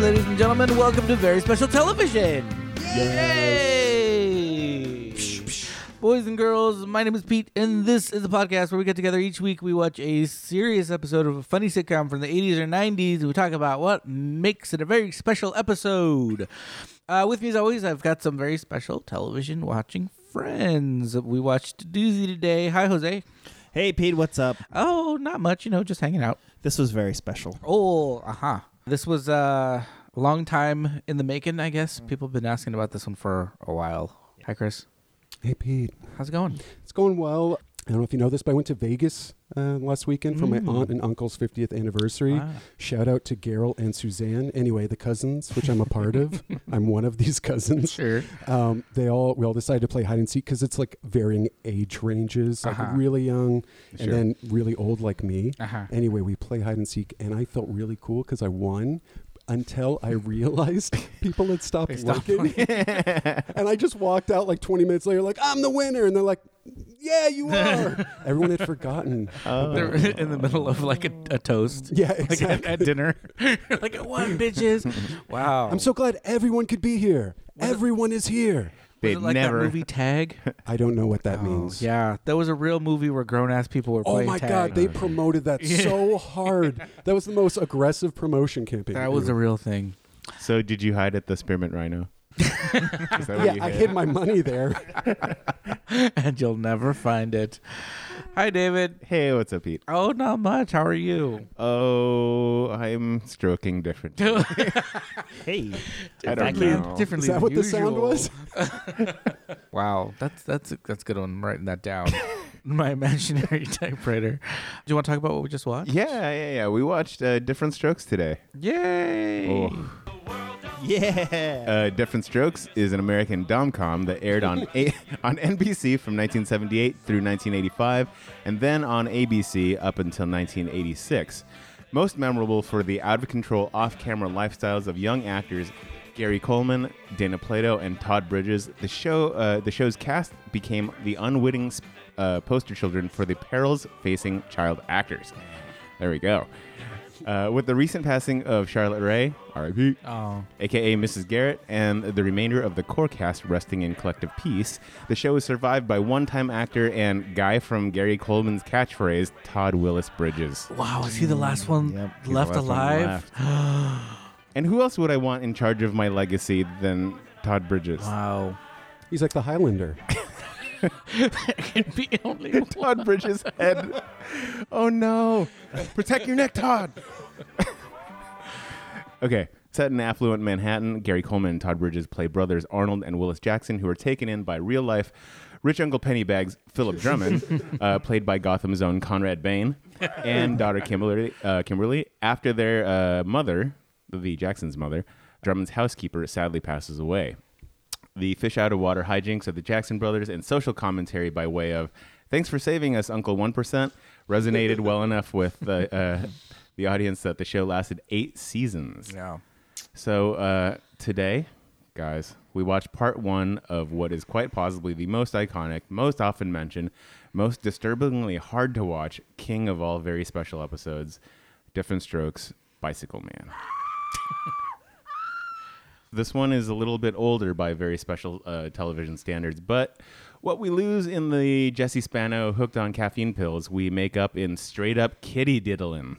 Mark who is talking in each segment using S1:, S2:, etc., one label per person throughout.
S1: ladies and gentlemen. Welcome to Very Special Television. Yay! Boys and girls, my name is Pete, and this is the podcast where we get together each week. We watch a serious episode of a funny sitcom from the 80s or 90s, and we talk about what makes it a very special episode. Uh, with me, as always, I've got some very special television watching friends. We watched Doozy today. Hi, Jose.
S2: Hey, Pete, what's up?
S1: Oh, not much, you know, just hanging out.
S2: This was very special.
S1: Oh, uh huh. This was uh, a long time in the making, I guess. People have been asking about this one for a while. Hi, Chris.
S3: Hey, Pete.
S1: How's it going?
S3: It's going well. I don't know if you know this, but I went to Vegas uh, last weekend for my aunt and uncle's 50th anniversary.
S1: Mm. Wow.
S3: Shout out to Gerald and Suzanne. Anyway, the cousins, which I'm a part of. I'm one of these cousins.
S1: Sure.
S3: Um, they all we all decided to play hide and seek because it's like varying age ranges, like
S1: Uh-huh.
S3: really young
S1: Sure.
S3: and then really old, like me.
S1: Uh-huh.
S3: Anyway, we play hide and seek, and I felt really cool because I won. Until I realized people had stopped
S1: stopped
S3: liking, and I just walked out like 20 minutes later, like I'm the winner, and they're like, "Yeah, you are." Everyone had forgotten.
S1: They're in the middle of like a, a toast.
S3: Yeah,
S1: Uh, Like at, at dinner. like, what, bitches? Wow.
S3: I'm so glad everyone could be here. Everyone is here.
S1: Was
S4: They'd
S1: it like that
S4: never.
S1: movie Tag?
S3: I don't know what that means.
S1: Oh, yeah. That was a real movie where grown ass people were
S3: Oh
S1: playing
S3: my
S1: tag.
S3: God, they promoted that so hard. That was the most aggressive promotion campaign.
S1: that was a real thing.
S4: So did you hide at the Spearmint Rhino? Is that what
S3: Yeah,
S4: you
S3: I
S4: hid?
S3: hid my money there.
S1: and you'll never find it. Hi, David.
S4: Hey, what's up, Pete?
S1: Oh, not much. How are you?
S4: Oh, I'm stroking different.
S2: Hey,
S4: I don't
S1: Differently-
S4: know.
S1: Differently
S3: Is that
S1: than
S3: what the sound
S1: usual.
S3: was?
S1: Wow, that's that's that's a good one. I'm writing that down. My imaginary typewriter. Do you want to talk about what we just watched?
S4: Yeah, yeah, yeah. We watched uh, Different Strokes today.
S1: Yay!
S4: Oh.
S2: yeah.
S4: Uh, Different Strokes is an American dom-com that aired on a- on NBC from 1978 through 1985, and then on ABC up until 1986. Most memorable for the out-of-control off-camera lifestyles of young actors Gary Coleman, Dana Plato, and Todd Bridges. The show, uh, the show's cast became the unwitting sp- uh, poster children for the perils facing child actors. There we go. Uh, with the recent passing of Charlotte Ray, R.I.P
S1: Oh,
S4: aka Mrs. Garrett, and the remainder of the core cast resting in collective peace. The show is survived by one time actor and guy from Gary Coleman's catchphrase, Todd Willis Bridges.
S1: wow! Is he the last one
S4: Yep, he's the
S1: left
S4: last one
S1: alive?
S4: And who else would I want in charge of my legacy than Todd Bridges?
S1: Wow!
S3: He's like the Highlander.
S1: Can be only one.
S4: Todd Bridges' head. Oh no. Protect your neck, Todd. okay. Set in affluent Manhattan, Gary Coleman and Todd Bridges play brothers Arnold and Willis Jackson, who are taken in by real life rich Uncle Pennybags Philip Drummond, uh, played by Gotham's own Conrad Bain, and daughter Kimberly. Uh, Kimberly after their uh, mother, the Jackson's mother, Drummond's housekeeper, sadly passes away the fish out of water hijinks of the Jackson brothers, and social commentary by way of "Thanks for saving us, Uncle One Percent" resonated well enough with the uh, the audience that the show lasted eight seasons.
S1: Yeah.
S4: So uh, today, guys, we watched part one of what is quite possibly the most iconic, most often mentioned, most disturbingly hard to watch, king of all very special episodes, Different Strokes, Bicycle Man. This one is a little bit older by very special uh, television standards, but what we lose in the Jesse Spano hooked on caffeine pills, we make up in straight up kitty diddling.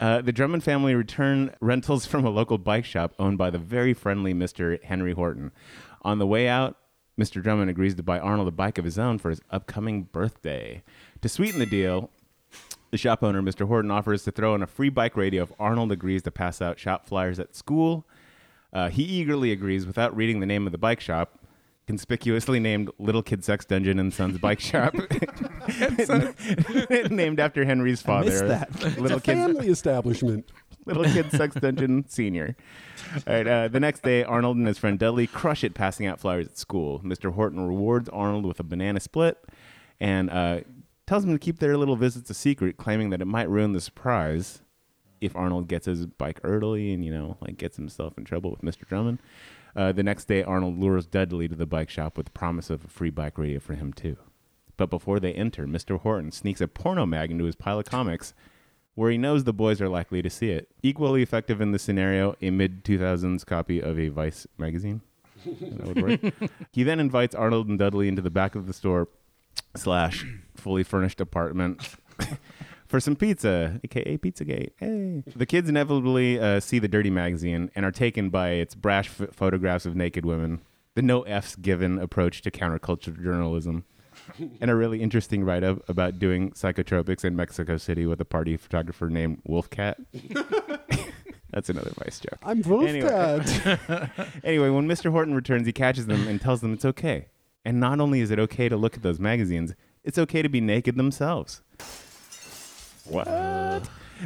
S4: Uh, the Drummond family return rentals from a local bike shop owned by the very friendly Mr. Henry Horton. On the way out, Mr. Drummond agrees to buy Arnold a bike of his own for his upcoming birthday. To sweeten the deal, the shop owner, Mr. Horton, offers to throw in a free bike radio if Arnold agrees to pass out shop flyers at school. Uh, he eagerly agrees without reading the name of the bike shop, conspicuously named Little Kid Sex Dungeon and Sons Bike Shop, named after Henry's father.
S2: missed that.
S4: Little Kid
S3: Family establishment.
S4: little kid sex dungeon senior. All right. Uh, the next day, Arnold and his friend Dudley crush it passing out flyers at school. Mr. Horton rewards Arnold with a banana split and uh, tells him to keep their little visits a secret, claiming that it might ruin the surprise if Arnold gets his bike early and you know like gets himself in trouble with Mr. Drummond. Uh, the next day, Arnold lures Dudley to the bike shop with the promise of a free bike radio for him too. But before they enter, Mr. Horton sneaks a porno mag into his pile of comics where he knows the boys are likely to see it. Equally effective in this scenario, a mid 2000s copy of a Vice magazine. That would work. he then invites Arnold and Dudley into the back of the store slash fully furnished apartment for some pizza, aka Pizzagate. Hey, the kids inevitably uh, see the dirty magazine and are taken by its brash f- photographs of naked women, the no f's given approach to counterculture journalism, and a really interesting write-up about doing psychotropics in Mexico City with a party photographer named Wolfcat. That's another vice joke.
S3: I'm Wolfcat.
S4: Anyway. Anyway, when Mr. Horton returns, he catches them and tells them it's okay. And not only is it okay to look at those magazines, it's okay to be naked themselves. What?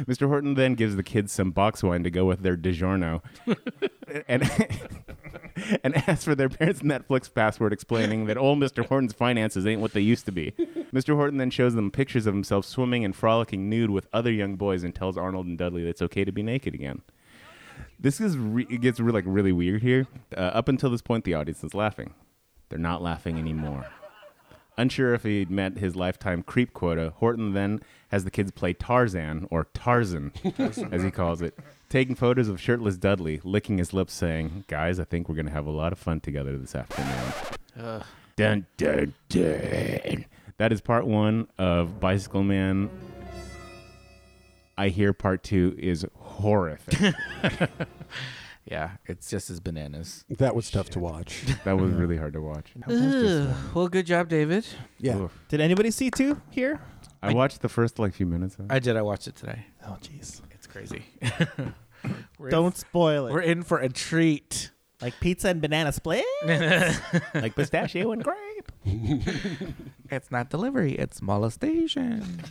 S4: Mr. Horton then gives the kids some box wine to go with their DiGiorno and, and asks for their parents' Netflix password, explaining that old Mr. Horton's finances ain't what they used to be. Mr. Horton then shows them pictures of himself swimming and frolicking nude with other young boys and tells Arnold and Dudley that it's okay to be naked again this is re- it gets re- like really weird here. Uh, up until this point, the audience is laughing. They're not laughing anymore. Unsure if he'd met his lifetime creep quota, Horton then has the kids play Tarzan or Tarzan, as he calls it, taking photos of shirtless Dudley, licking his lips, saying, "Guys, I think we're gonna have a lot of fun together this afternoon." Dun dun dun. That is part one of Bicycle Man. I hear part two is horrific.
S1: Yeah, it's just as bananas.
S3: that was tough to watch.
S4: That was really hard to watch.
S1: well, good job, David.
S3: Yeah.
S4: Oof.
S2: Did anybody see two here?
S4: I
S1: I-
S4: watched the first like few minutes. Of it.
S1: I did. I watched it today.
S2: Oh, jeez.
S1: It's crazy. We're in-
S2: Don't spoil it.
S1: we're in for a treat.
S2: like pizza and banana split.
S4: like pistachio and grape.
S1: It's not delivery. It's molestation.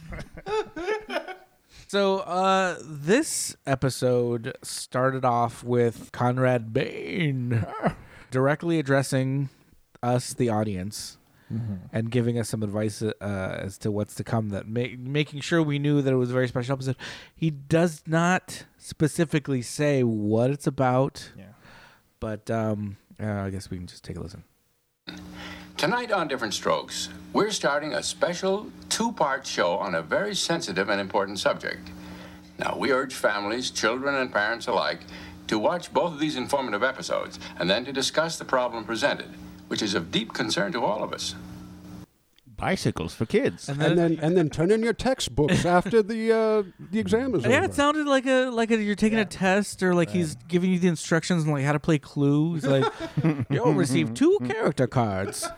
S1: so uh, this episode started off with Conrad Bain directly addressing us, the audience, and giving us some advice uh, as to what's to come. That ma- making sure we knew that it was a very special episode. He does not specifically say what it's about,
S2: Yeah.
S1: but um, uh, I guess we can just take a listen.
S5: Tonight on Different Strokes, we're starting a special two part show on a very sensitive and important subject. Now, we urge families, children, and parents alike to watch both of these informative episodes and then to discuss the problem presented, which is of deep concern to all of us.
S4: Bicycles for kids.
S3: And then and then turn in your textbooks after the uh, the exam is
S1: Yeah,
S3: over.
S1: it sounded like a like a, you're taking a test or like he's giving you the instructions on like how to play Clue. He's like, you'll receive two character cards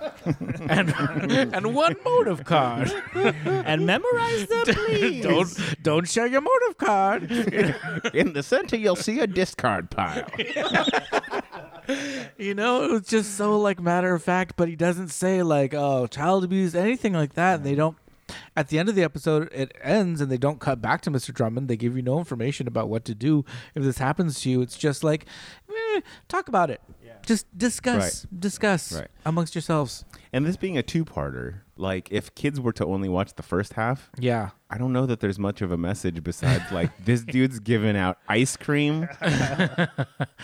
S1: and and one motive card.
S2: and memorize them, please.
S1: Don't don't share your motive card.
S4: In the center, you'll see a discard pile.
S1: You know, it was just so like matter of fact, but he doesn't say like oh child abuse anything like that. And they don't. At the end of the episode, it ends and they don't cut back to Mr. Drummond. They give you no information about what to do if this happens to you. It's just like, eh, talk about it. Just discuss, discuss
S4: Right.
S1: amongst yourselves.
S4: and this being a two-parter, like if kids were to only watch the first half,
S1: Yeah.
S4: I don't know that there's much of a message besides like this dude's giving out ice cream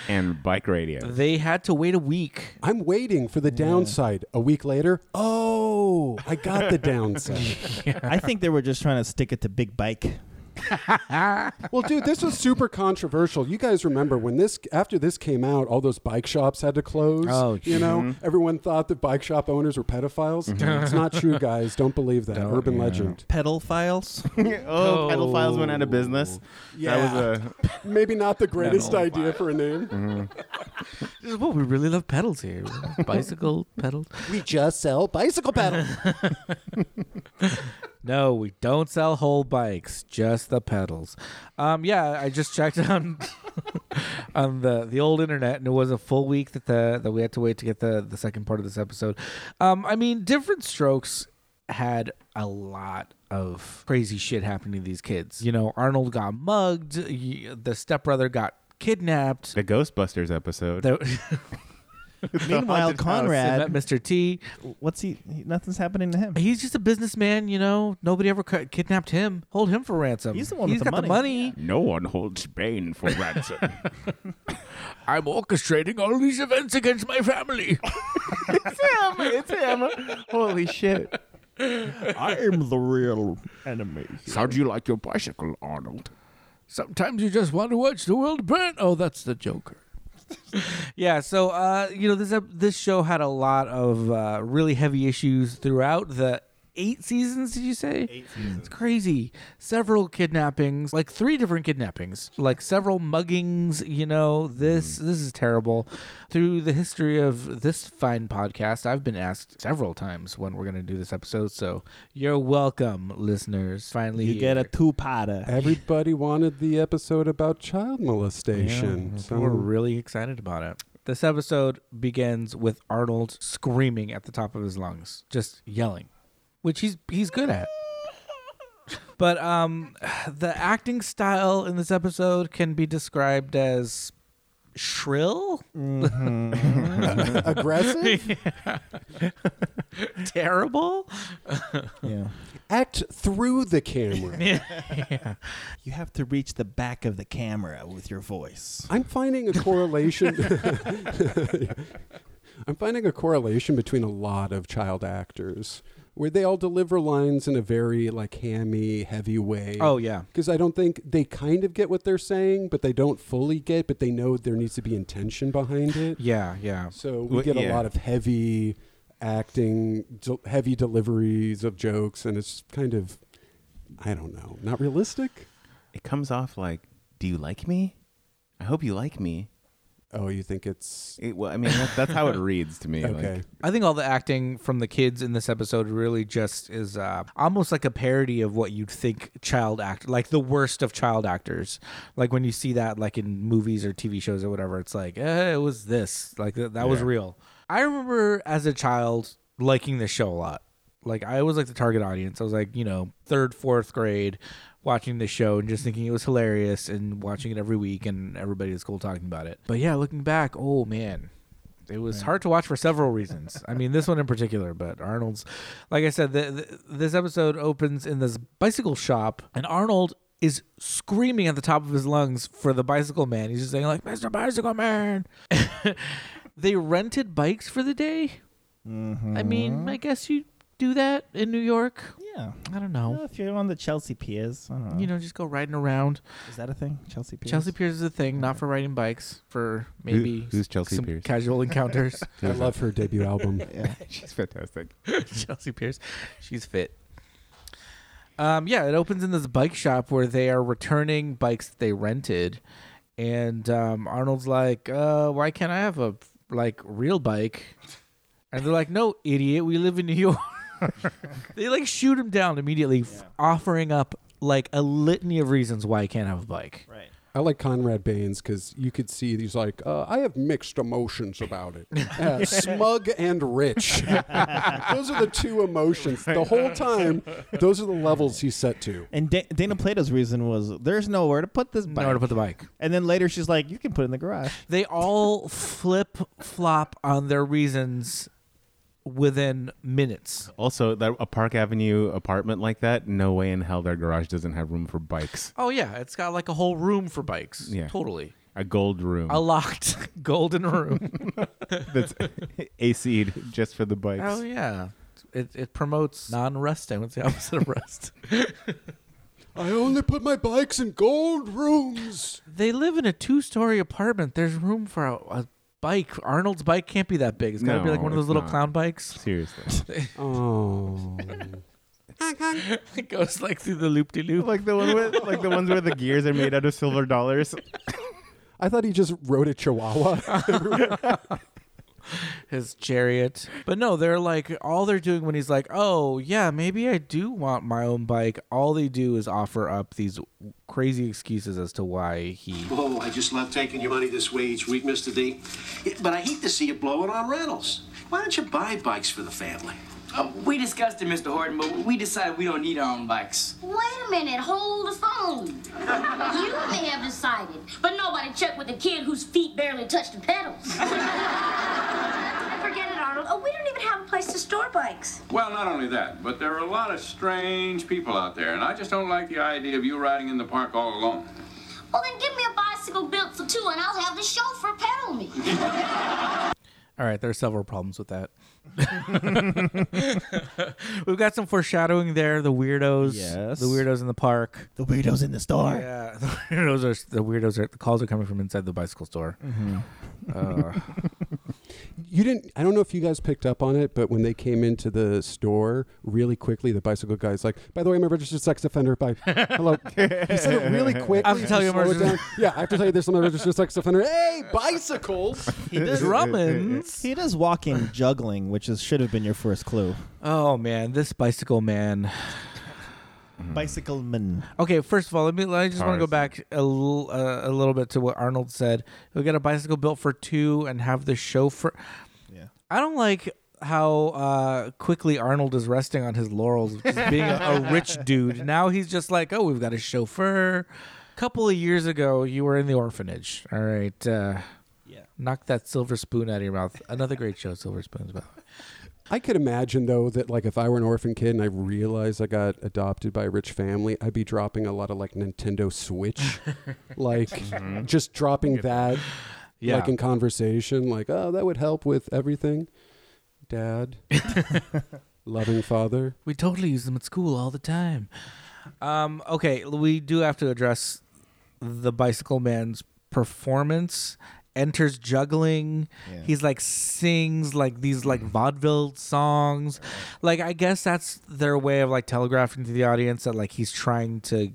S4: and bike radio.
S1: They had to wait a week.
S3: I'm waiting for the downside. A week later, oh, I got the downside.
S2: I think they were just trying to stick it to Big Bike.
S3: well, dude, this was super controversial. You guys remember when this after this came out, all those bike shops had to close.
S1: Oh,
S3: you know, everyone thought that bike shop owners were pedophiles. it's not true, guys. Don't believe that. Urban legend.
S2: Pedal files.
S4: oh, Pedal Files went out of business. That was a
S3: Maybe not the greatest idea for a name.
S1: This is what we really love pedals here. Bicycle pedals.
S3: We just sell bicycle pedals.
S1: No, we don't sell whole bikes, just the pedals. Um, yeah, I just checked on on the the old internet, and it was a full week that the that we had to wait to get the the second part of this episode. Um, I mean, different strokes had a lot of crazy shit happening to these kids. You know, Arnold got mugged. y the stepbrother got kidnapped.
S4: the Ghostbusters episode.
S1: The,
S2: Meanwhile,
S4: haunted
S1: met
S4: house.
S2: Conrad,
S1: Mr. T.
S2: what's he? he- Nothing's happening to him.
S1: He's just a businessman, you know. Nobody ever cu- kidnapped him. Hold him for ransom.
S2: He's the one
S1: He's
S2: with the
S1: got
S2: money.
S1: the money.
S4: no one holds Bane for ransom.
S1: I'm orchestrating all these events against my family.
S4: it's him. It's him. Holy shit.
S2: I am the real enemy.
S4: How do you like your bicycle, Arnold?
S6: Sometimes you just want to watch the world burn. Oh, that's the Joker.
S1: Yeah, so uh, you know this ep- this show had a lot of uh, really heavy issues throughout the eight seasons. Did you say eight seasons? It's crazy. Several kidnappings, like three different kidnappings, like several muggings. You know this
S2: Mm-hmm.
S1: this is terrible. Through the history of this fine podcast, I've been asked several times when we're going to do this episode. So you're welcome, listeners. Finally,
S2: You get a
S1: here.
S2: two-potter.
S3: Everybody wanted the episode about child molestation. so
S1: We're really excited about it. This episode begins with Arnold screaming at the top of his lungs, just yelling, which he's he's good at. But um, the acting style in this episode can be described as shrill,
S3: aggressive.
S1: terrible.
S2: Yeah.
S3: Act through the camera.
S2: You have to reach the back of the camera with your voice.
S3: I'm finding a correlation. I'm finding a correlation between a lot of child actors where they all deliver lines in a very like hammy, heavy way.
S1: Oh yeah,
S3: Because I don't think they kind of get what they're saying, but they don't fully get, but they know there needs to be intention behind it.
S1: yeah, yeah.
S3: So we
S4: Well,
S3: get a
S4: yeah.
S3: lot of heavy acting, del- heavy deliveries of jokes, and it's kind of, I don't know, not realistic.
S4: It comes off like, "Do you like me? I hope you like me."
S3: Oh, you think it's
S4: It, well, I mean, that, that's how it reads to me.
S3: okay?
S4: Like,
S1: I think all the acting from the kids in this episode really just is uh, almost like a parody of what you'd think child act, like the worst of child actors. Like when you see that, like in movies or TV shows or whatever, it's like eh, it was this, like th- that was
S4: Yeah.
S1: real. I remember as a child liking this show a lot. Like I was like the target audience. I was like you know third, fourth grade, watching this show and just thinking it was hilarious and watching it every week and everybody at school talking about it. But yeah, looking back, oh man, it was hard to watch for several reasons. I mean, this one in particular, but Arnold's, like I said, the, the, this episode opens in this bicycle shop, and Arnold is screaming at the top of his lungs for the bicycle man. He's just saying, like, Mr. Bicycle Man. they rented bikes for the day. I mean, I guess you do that in New York.
S2: Yeah.
S1: I don't know.
S2: Well, if you're on the Chelsea Piers, I don't know.
S1: Oh. You know, just go riding around.
S2: is that a thing? Chelsea Piers.
S1: Chelsea Piers is a thing, not for riding bikes, for maybe
S4: who's Chelsea
S1: some
S4: Piers?
S1: casual encounters.
S3: I love her debut album.
S4: she's fantastic.
S1: Chelsea Pierce. She's fit. Um, yeah, it opens in this bike shop where they are returning bikes that they rented, and um, Arnold's like, uh, "Why can't I have a like real bike?" And they're like, "No, idiot, we live in New York." they like shoot him down immediately, f- offering up like a litany of reasons why he can't have a bike.
S2: Right.
S3: I like Conrad Baines because you could see he's like, uh, I have mixed emotions about it. Uh, smug and rich. those are the two emotions. The whole time, those are the levels he's set to.
S2: And Da- Dana Plato's reason was there's nowhere to put this bike.
S1: Nowhere to put the bike.
S2: and then later she's like, you can put it in the garage.
S1: they all flip flop on their reasons within minutes.
S4: Also, that, a Park Avenue apartment like that, no way in hell their garage doesn't have room for bikes.
S1: Oh yeah, it's got like a whole room for bikes.
S4: Yeah.
S1: totally.
S4: A gold room
S1: A locked golden room.
S4: that's AC'd just for the bikes.
S1: oh yeah, it it promotes non-resting. It's the opposite of rest.
S3: I only put my bikes in gold rooms.
S1: they live in a two-story apartment. There's room for a, a bike. Arnold's bike can't be that big. It's gotta be like
S4: No,
S1: one of those
S4: it's
S1: little
S4: not.
S1: clown bikes.
S4: Seriously.
S3: Oh.
S1: it goes like through the loop-de-loop.
S4: like the one with like the ones where the gears are made out of silver dollars.
S3: I thought he just rode a chihuahua.
S1: his chariot. But no, they're like all they're doing when he's like, "Oh, yeah, maybe I do want my own bike." All they do is offer up these crazy excuses as to why he
S7: Oh, I just love taking your money this way each week, Mr. D. Yeah, But I hate to see you blow it on rentals. Why don't you buy bikes for the family?
S8: Oh, we discussed it, Mr. Horton, but we decided we don't need our own bikes.
S9: Wait a minute, hold the phone. you may have decided, but nobody checked with the kid whose feet barely touched the pedals.
S10: Forget it, Arnold. Oh, we don't even have a place to store bikes.
S5: Well, not only that, but there are a lot of strange people out there, and I just don't like the idea of you riding in the park all alone.
S9: well, then give me a bicycle built for two, and I'll have the chauffeur pedal me.
S1: All right, there are several problems with that. We've got some foreshadowing there. The weirdos,
S2: Yes.
S1: the weirdos in the park,
S2: The weirdos in the store.
S1: Yeah, the weirdos are the weirdos are the calls are coming from inside the bicycle store. Uh,
S3: you didn't i don't know if you guys picked up on it but when they came into the store really quickly the bicycle guy's like by the way i'm a registered sex offender by hello he said it really quick
S1: I have to tell you, I'm a registered-
S3: yeah i have to tell you this i'm a registered sex offender hey bicycles
S2: He does,
S1: Drummond's.
S2: he does walk in juggling, which is, should have been your first clue.
S1: Oh man, this bicycle man. Hmm.
S2: Bicycle man.
S1: Okay, first of all, let me. I just want to go
S4: Cars.
S1: back a little, uh, a little bit to what Arnold said. We got a bicycle built for two and have the chauffeur.
S2: Yeah.
S1: I don't like how uh, quickly Arnold is resting on his laurels, of just being a, a rich dude. Now he's just like, oh, we've got a chauffeur. couple of years ago, you were in the orphanage. All right. Uh,
S2: Yeah.
S1: Knock that silver spoon out of your mouth. Another great show, Silver Spoons, by the way.
S3: i could imagine though that like if i were an orphan kid and i realized i got adopted by a rich family i'd be dropping a lot of like nintendo switch like just dropping that
S4: Yeah.
S3: like in conversation like oh that would help with everything dad loving father
S1: We totally use them at school all the time. Um, okay, we do have to address the bicycle man's performance. Enters juggling.
S2: Yeah.
S1: He's like sings like these like vaudeville songs. Like I guess that's their way of like telegraphing to the audience that like he's trying to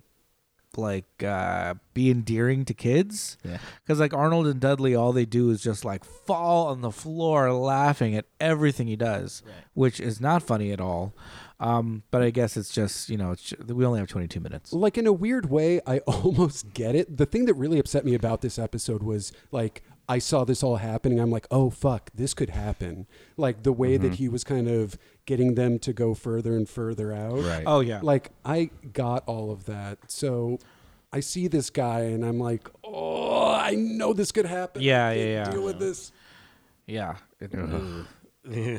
S1: like uh be endearing to kids.
S2: Yeah.
S1: Cuz like Arnold and Dudley all they do is just like fall on the floor laughing at everything he does, which is not funny at all. Um but I guess it's just, you know, it's ju- we only have 22 minutes.
S3: like in a weird way i almost get it the thing that really upset me about this episode was like i saw this all happening i'm like oh fuck this could happen like the way that he was kind of getting them to go further and further out
S4: Right.
S1: Oh yeah.
S3: like i got all of that so i see this guy and i'm like oh i know this could happen I
S1: Yeah, yeah,
S3: can't
S1: yeah.
S3: deal with this
S1: yeah. It-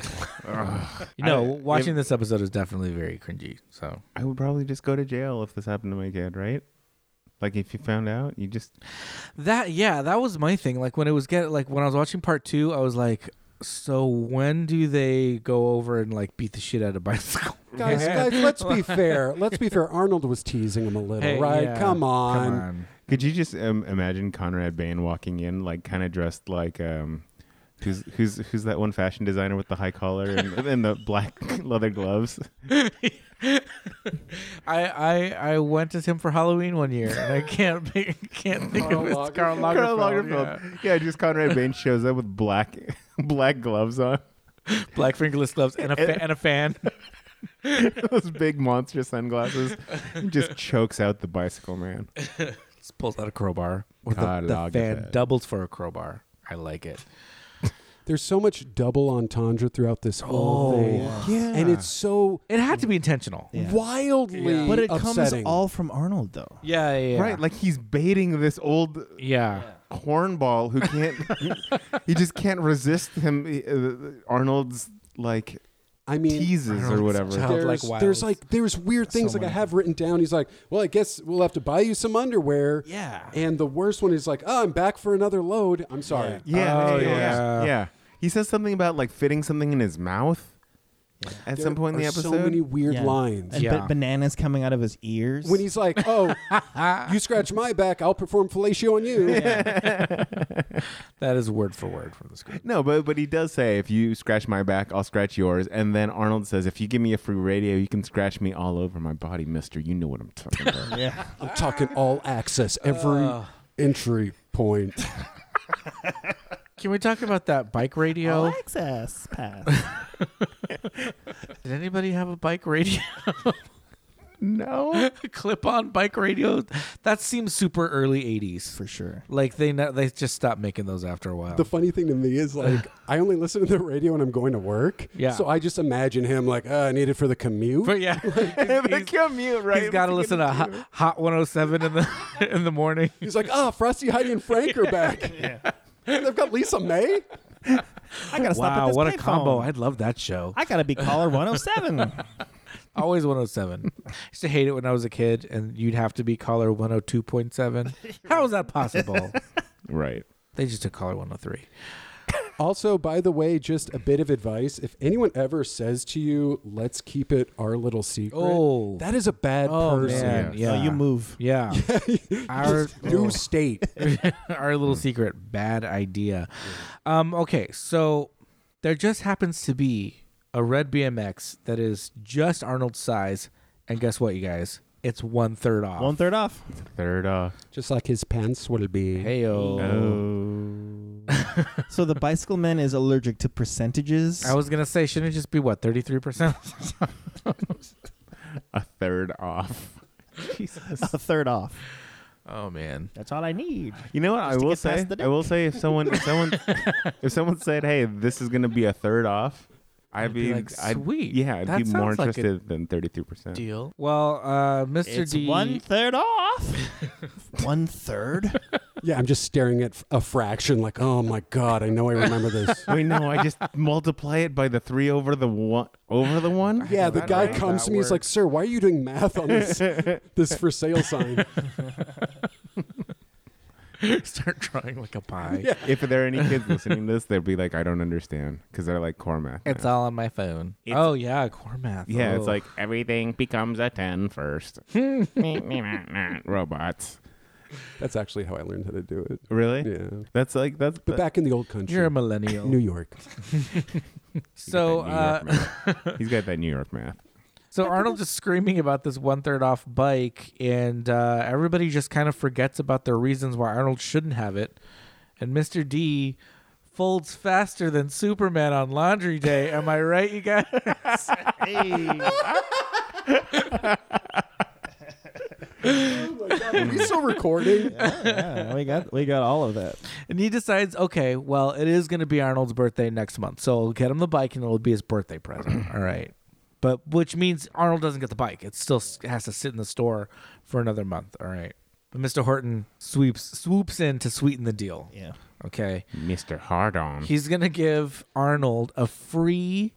S1: you know,
S4: I-
S1: watching this episode is definitely very cringy. So
S4: I would probably just go to jail if this happened to my kid, right? Like if you found out, you just
S1: That yeah, that was my thing. Like when it was get like when I was watching part two, I was like, so when do they go over and like beat the shit out of bicycle?
S3: guys guys let's be fair let's be fair arnold was teasing him a little
S1: Hey,
S3: right
S1: yeah,
S3: come on
S1: Come on.
S4: could you just um, imagine Conrad Bain walking in like kind of dressed like um who's who's who's that one fashion designer with the high collar and, and the black leather gloves?
S1: I, I I went as him for Halloween one year, and I can't be, can't think of his
S3: Lagerfeld.
S1: Carl Lagerfeld.
S4: Karl Lagerfeld. Yeah. just Conrad Bain shows up with black black gloves on,
S1: yeah. black fingerless gloves and a fa- and a fan.
S4: those big monster sunglasses, and just chokes out the bicycle man.
S1: Just pulls out a crowbar. Or the,
S4: Karl
S1: the fan
S4: Lagerfeld.
S1: doubles for a crowbar. I like it.
S3: There's so much double entendre throughout this whole thing.
S2: Yeah.
S3: And it's so
S1: It had to be intentional.
S2: Yeah.
S3: wildly
S2: But it
S3: upsetting.
S2: comes all from Arnold, though.
S1: Yeah, yeah, yeah.
S4: Right, like he's baiting this old
S1: yeah.
S4: cornball who can't he just can't resist him uh, Arnold's like
S3: I mean,
S4: teases or whatever.
S1: child-
S3: there's,
S1: Like wild.
S3: there's like there's weird things like I have written down. He's like, well, I guess we'll have to buy you some underwear.
S2: Yeah.
S3: And the worst one is like, oh, I'm back for another load. I'm sorry. Uh,
S4: Yeah,
S1: Oh,
S4: yeah, yeah.
S1: yeah.
S4: Yeah. He says something about like fitting something in his mouth at some point in the
S3: There's
S4: episode.
S3: so many weird
S2: Yeah.
S3: lines.
S2: And
S1: Yeah.
S2: ba- bananas coming out of his ears.
S3: When he's like, oh, you scratch my back, I'll perform fellatio on you.
S1: That is word for word from the script.
S4: no, but but he does say if you scratch my back, I'll scratch yours. And then Arnold says, if you give me a free radio, you can scratch me all over my body, Mister. You know what I'm talking about.
S2: yeah.
S3: I'm talking all access, every entry point.
S1: Can we talk about that bike radio?
S2: Access Oh, pass.
S1: Did anybody have a bike radio?
S4: no,
S1: Clip on bike radio? That seems super early 80s.
S2: For sure.
S1: Like they ne- they just stopped making those after a while.
S3: The funny thing to me is like I only listen to the radio when I'm going to work.
S1: Yeah.
S3: So I just imagine him like, oh, I need it for the commute.
S1: but yeah,
S4: the commute, right?
S1: he's got to listen to hot, hot 107 in the in the morning.
S3: He's like, ah, Frosty, Heidi, and Frank are back. They've got Lisa May.
S2: I gotta stop at
S1: Wow,
S2: this
S1: what a
S2: payphone.
S1: combo! I'd love that show.
S2: I gotta be caller 107.
S1: Always 107. I used to hate it when I was a kid, and you'd have to be caller 102.7. How is that possible?
S4: right.
S1: oh they just took caller 103.
S3: Also, by the way, just a bit of advice: if anyone ever says to you, "Let's keep it our little secret,"
S1: Oh.
S3: that is a bad
S1: Oh,
S3: person.
S1: man, yeah.
S2: you move.
S1: Yeah. Our
S3: New state.
S1: our little secret bad idea. Um okay, so there just happens to be a red BMX that is just Arnold's size and guess what you guys? It's one third off.
S2: One third off.
S4: Third off.
S3: Just like his pants will be.
S1: Heyo.
S2: So the bicycle man is allergic to percentages.
S1: I was gonna say, shouldn't it just be what thirty three percent?
S4: A third off.
S2: a third off.
S1: Oh man,
S11: That's all I need.
S4: You know what? I
S2: Just to
S4: will
S2: get past
S4: say.
S2: the
S4: I will say if someone if someone if someone said, "Hey, this is going to be a third off," I'd,
S1: be
S4: be,
S1: like,
S4: I'd,
S1: "Sweet,
S4: Yeah, I'd
S1: that
S4: be more
S1: sounds like a
S4: interested than thirty three percent.
S1: deal. Well, uh, Mr.
S11: It's
S1: D.
S11: one third off.
S2: One third.
S3: Yeah, I'm just staring at a fraction. Like, oh my god, I know I remember this.
S4: Wait, no, I just multiply it by the three over the one over the one.
S3: Yeah, the
S1: that
S3: guy
S1: right?
S3: comes
S1: That
S3: to me. He's like, "Sir, why are you doing math on this this for sale sign?"
S1: start drawing like a pie.
S4: If there are any kids listening to this, they'll be like, "I don't understand," because they're like core math.
S1: It's
S4: now.
S1: all on my phone.
S4: It's-
S1: oh yeah, core math.
S4: Yeah,
S1: Oh.
S4: it's like everything becomes a 10 first. Robots.
S3: That's actually how I learned how to do it.
S4: Really?
S3: Yeah,
S4: That's like that's
S3: but back in the old country,
S1: you're a millennial.
S3: New York.
S4: he's got
S1: so
S4: that
S1: uh,
S4: New York math. he's got that New York math.
S1: so Arnold just screaming about this one third off bike, and uh, everybody just kind of forgets about their reasons why Arnold shouldn't have it, and Mr. D folds faster than Superman on laundry day. Am I right, you guys?
S3: Are we still recording?
S2: yeah, we got we got all of that.
S1: And he decides, okay, well, it is going to be Arnold's birthday next month. So I'll get him the bike and it'll be his birthday present. All right. But which means Arnold doesn't get the bike. It still s- has to sit in the store for another month. All right. But Mr. Horton sweeps swoops in to sweeten the deal.
S2: Yeah.
S1: Okay.
S4: Mr. Hardon.
S1: He's going to give Arnold a free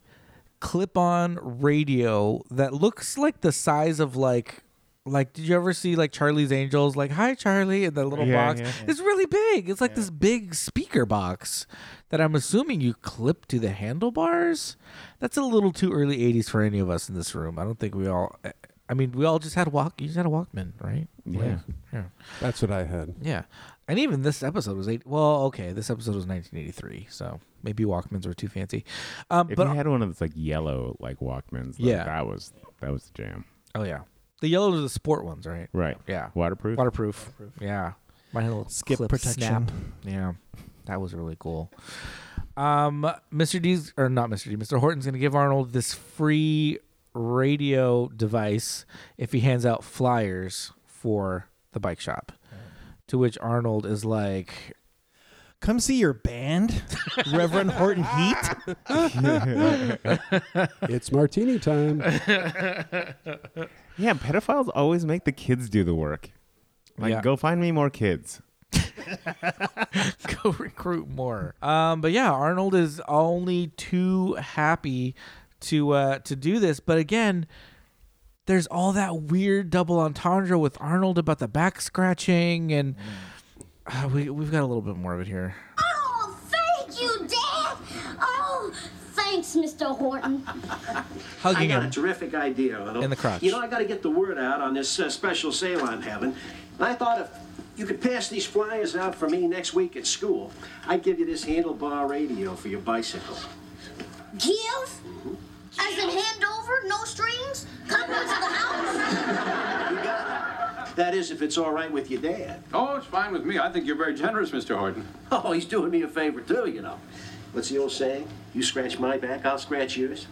S1: clip-on radio that looks like the size of like like did you ever see like Charlie's Angels like hi Charlie in the little
S4: Yeah,
S1: box
S4: yeah.
S1: it's really big it's like this big speaker box that I'm assuming you clip to the handlebars that's a little too early 80s for any of us in this room I don't think we all I mean we all just had walk you just had a Walkman right
S4: Yeah.
S1: yeah
S3: That's what I had.
S1: yeah. And even this episode was eight. Well, okay, this episode was 1983, so maybe Walkmans were too fancy. Um,
S4: If
S1: but
S4: you had one of those like yellow like Walkmans, like,
S1: Yeah.
S4: that was that was the jam.
S1: oh yeah, the yellows are the sport ones, right?
S4: Right.
S1: Yeah.
S4: Waterproof.
S1: Waterproof. Yeah. Mine had a little
S2: Skip
S1: clip
S2: protection.
S1: snap. Yeah, that was really cool. Um, Mr. D's or not Mr. D, Mr. Horton's gonna give Arnold this free radio device if he hands out flyers for the bike shop. To which Arnold is like,
S2: Come see your band, Reverend Horton Heat.
S3: It's martini time.
S4: Yeah, pedophiles always make the kids do the work. Like
S1: Yeah.
S4: go find me more kids.
S1: go recruit more. Um, but yeah, Arnold is only too happy to uh, to do this. But again, there's all that weird double entendre with Arnold about the back scratching, and uh, we we've got a little bit more of it here.
S9: Oh, thank you, Dad. Oh, thanks, Mr. Horton.
S1: Hugging
S7: I got a
S1: him.
S7: terrific idea. Otto.
S1: In the crotch.
S7: You know, I got to get the word out on this uh, special sale I'm having. And I thought if you could pass these flyers out for me next week at school, I'd give you this handlebar radio for your bicycle.
S9: Give? As in hand over, no strings? Come to the house?
S7: That is, if it's all right with your dad.
S5: Oh, it's fine with me. I think you're very generous, Mr. Horton.
S7: Oh, he's doing me a favor too, you know. What's the old saying? You scratch my back, I'll scratch yours.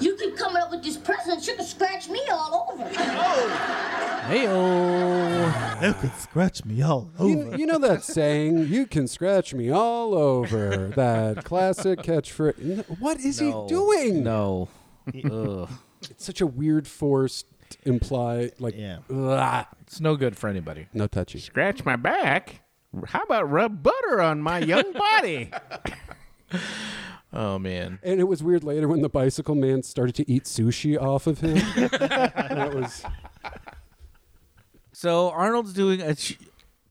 S9: You keep coming up with these presents, you can scratch me all over.
S1: Hey oh.
S2: you could scratch me all
S3: You, you know that saying, "You can scratch me all over." That classic catchphrase. N- What is he doing?
S1: No. Ugh.
S3: It's such a weird, forced, implied, like,
S2: Yeah.
S3: "Ugh."
S1: It's no good for anybody.
S3: no touchy.
S4: Scratch my back. How about rub butter on my young body?
S1: Oh man.
S3: And it was weird later when the bicycle man started to eat sushi off of him. that was
S1: So Mm-hmm. Arnold's doing a sh-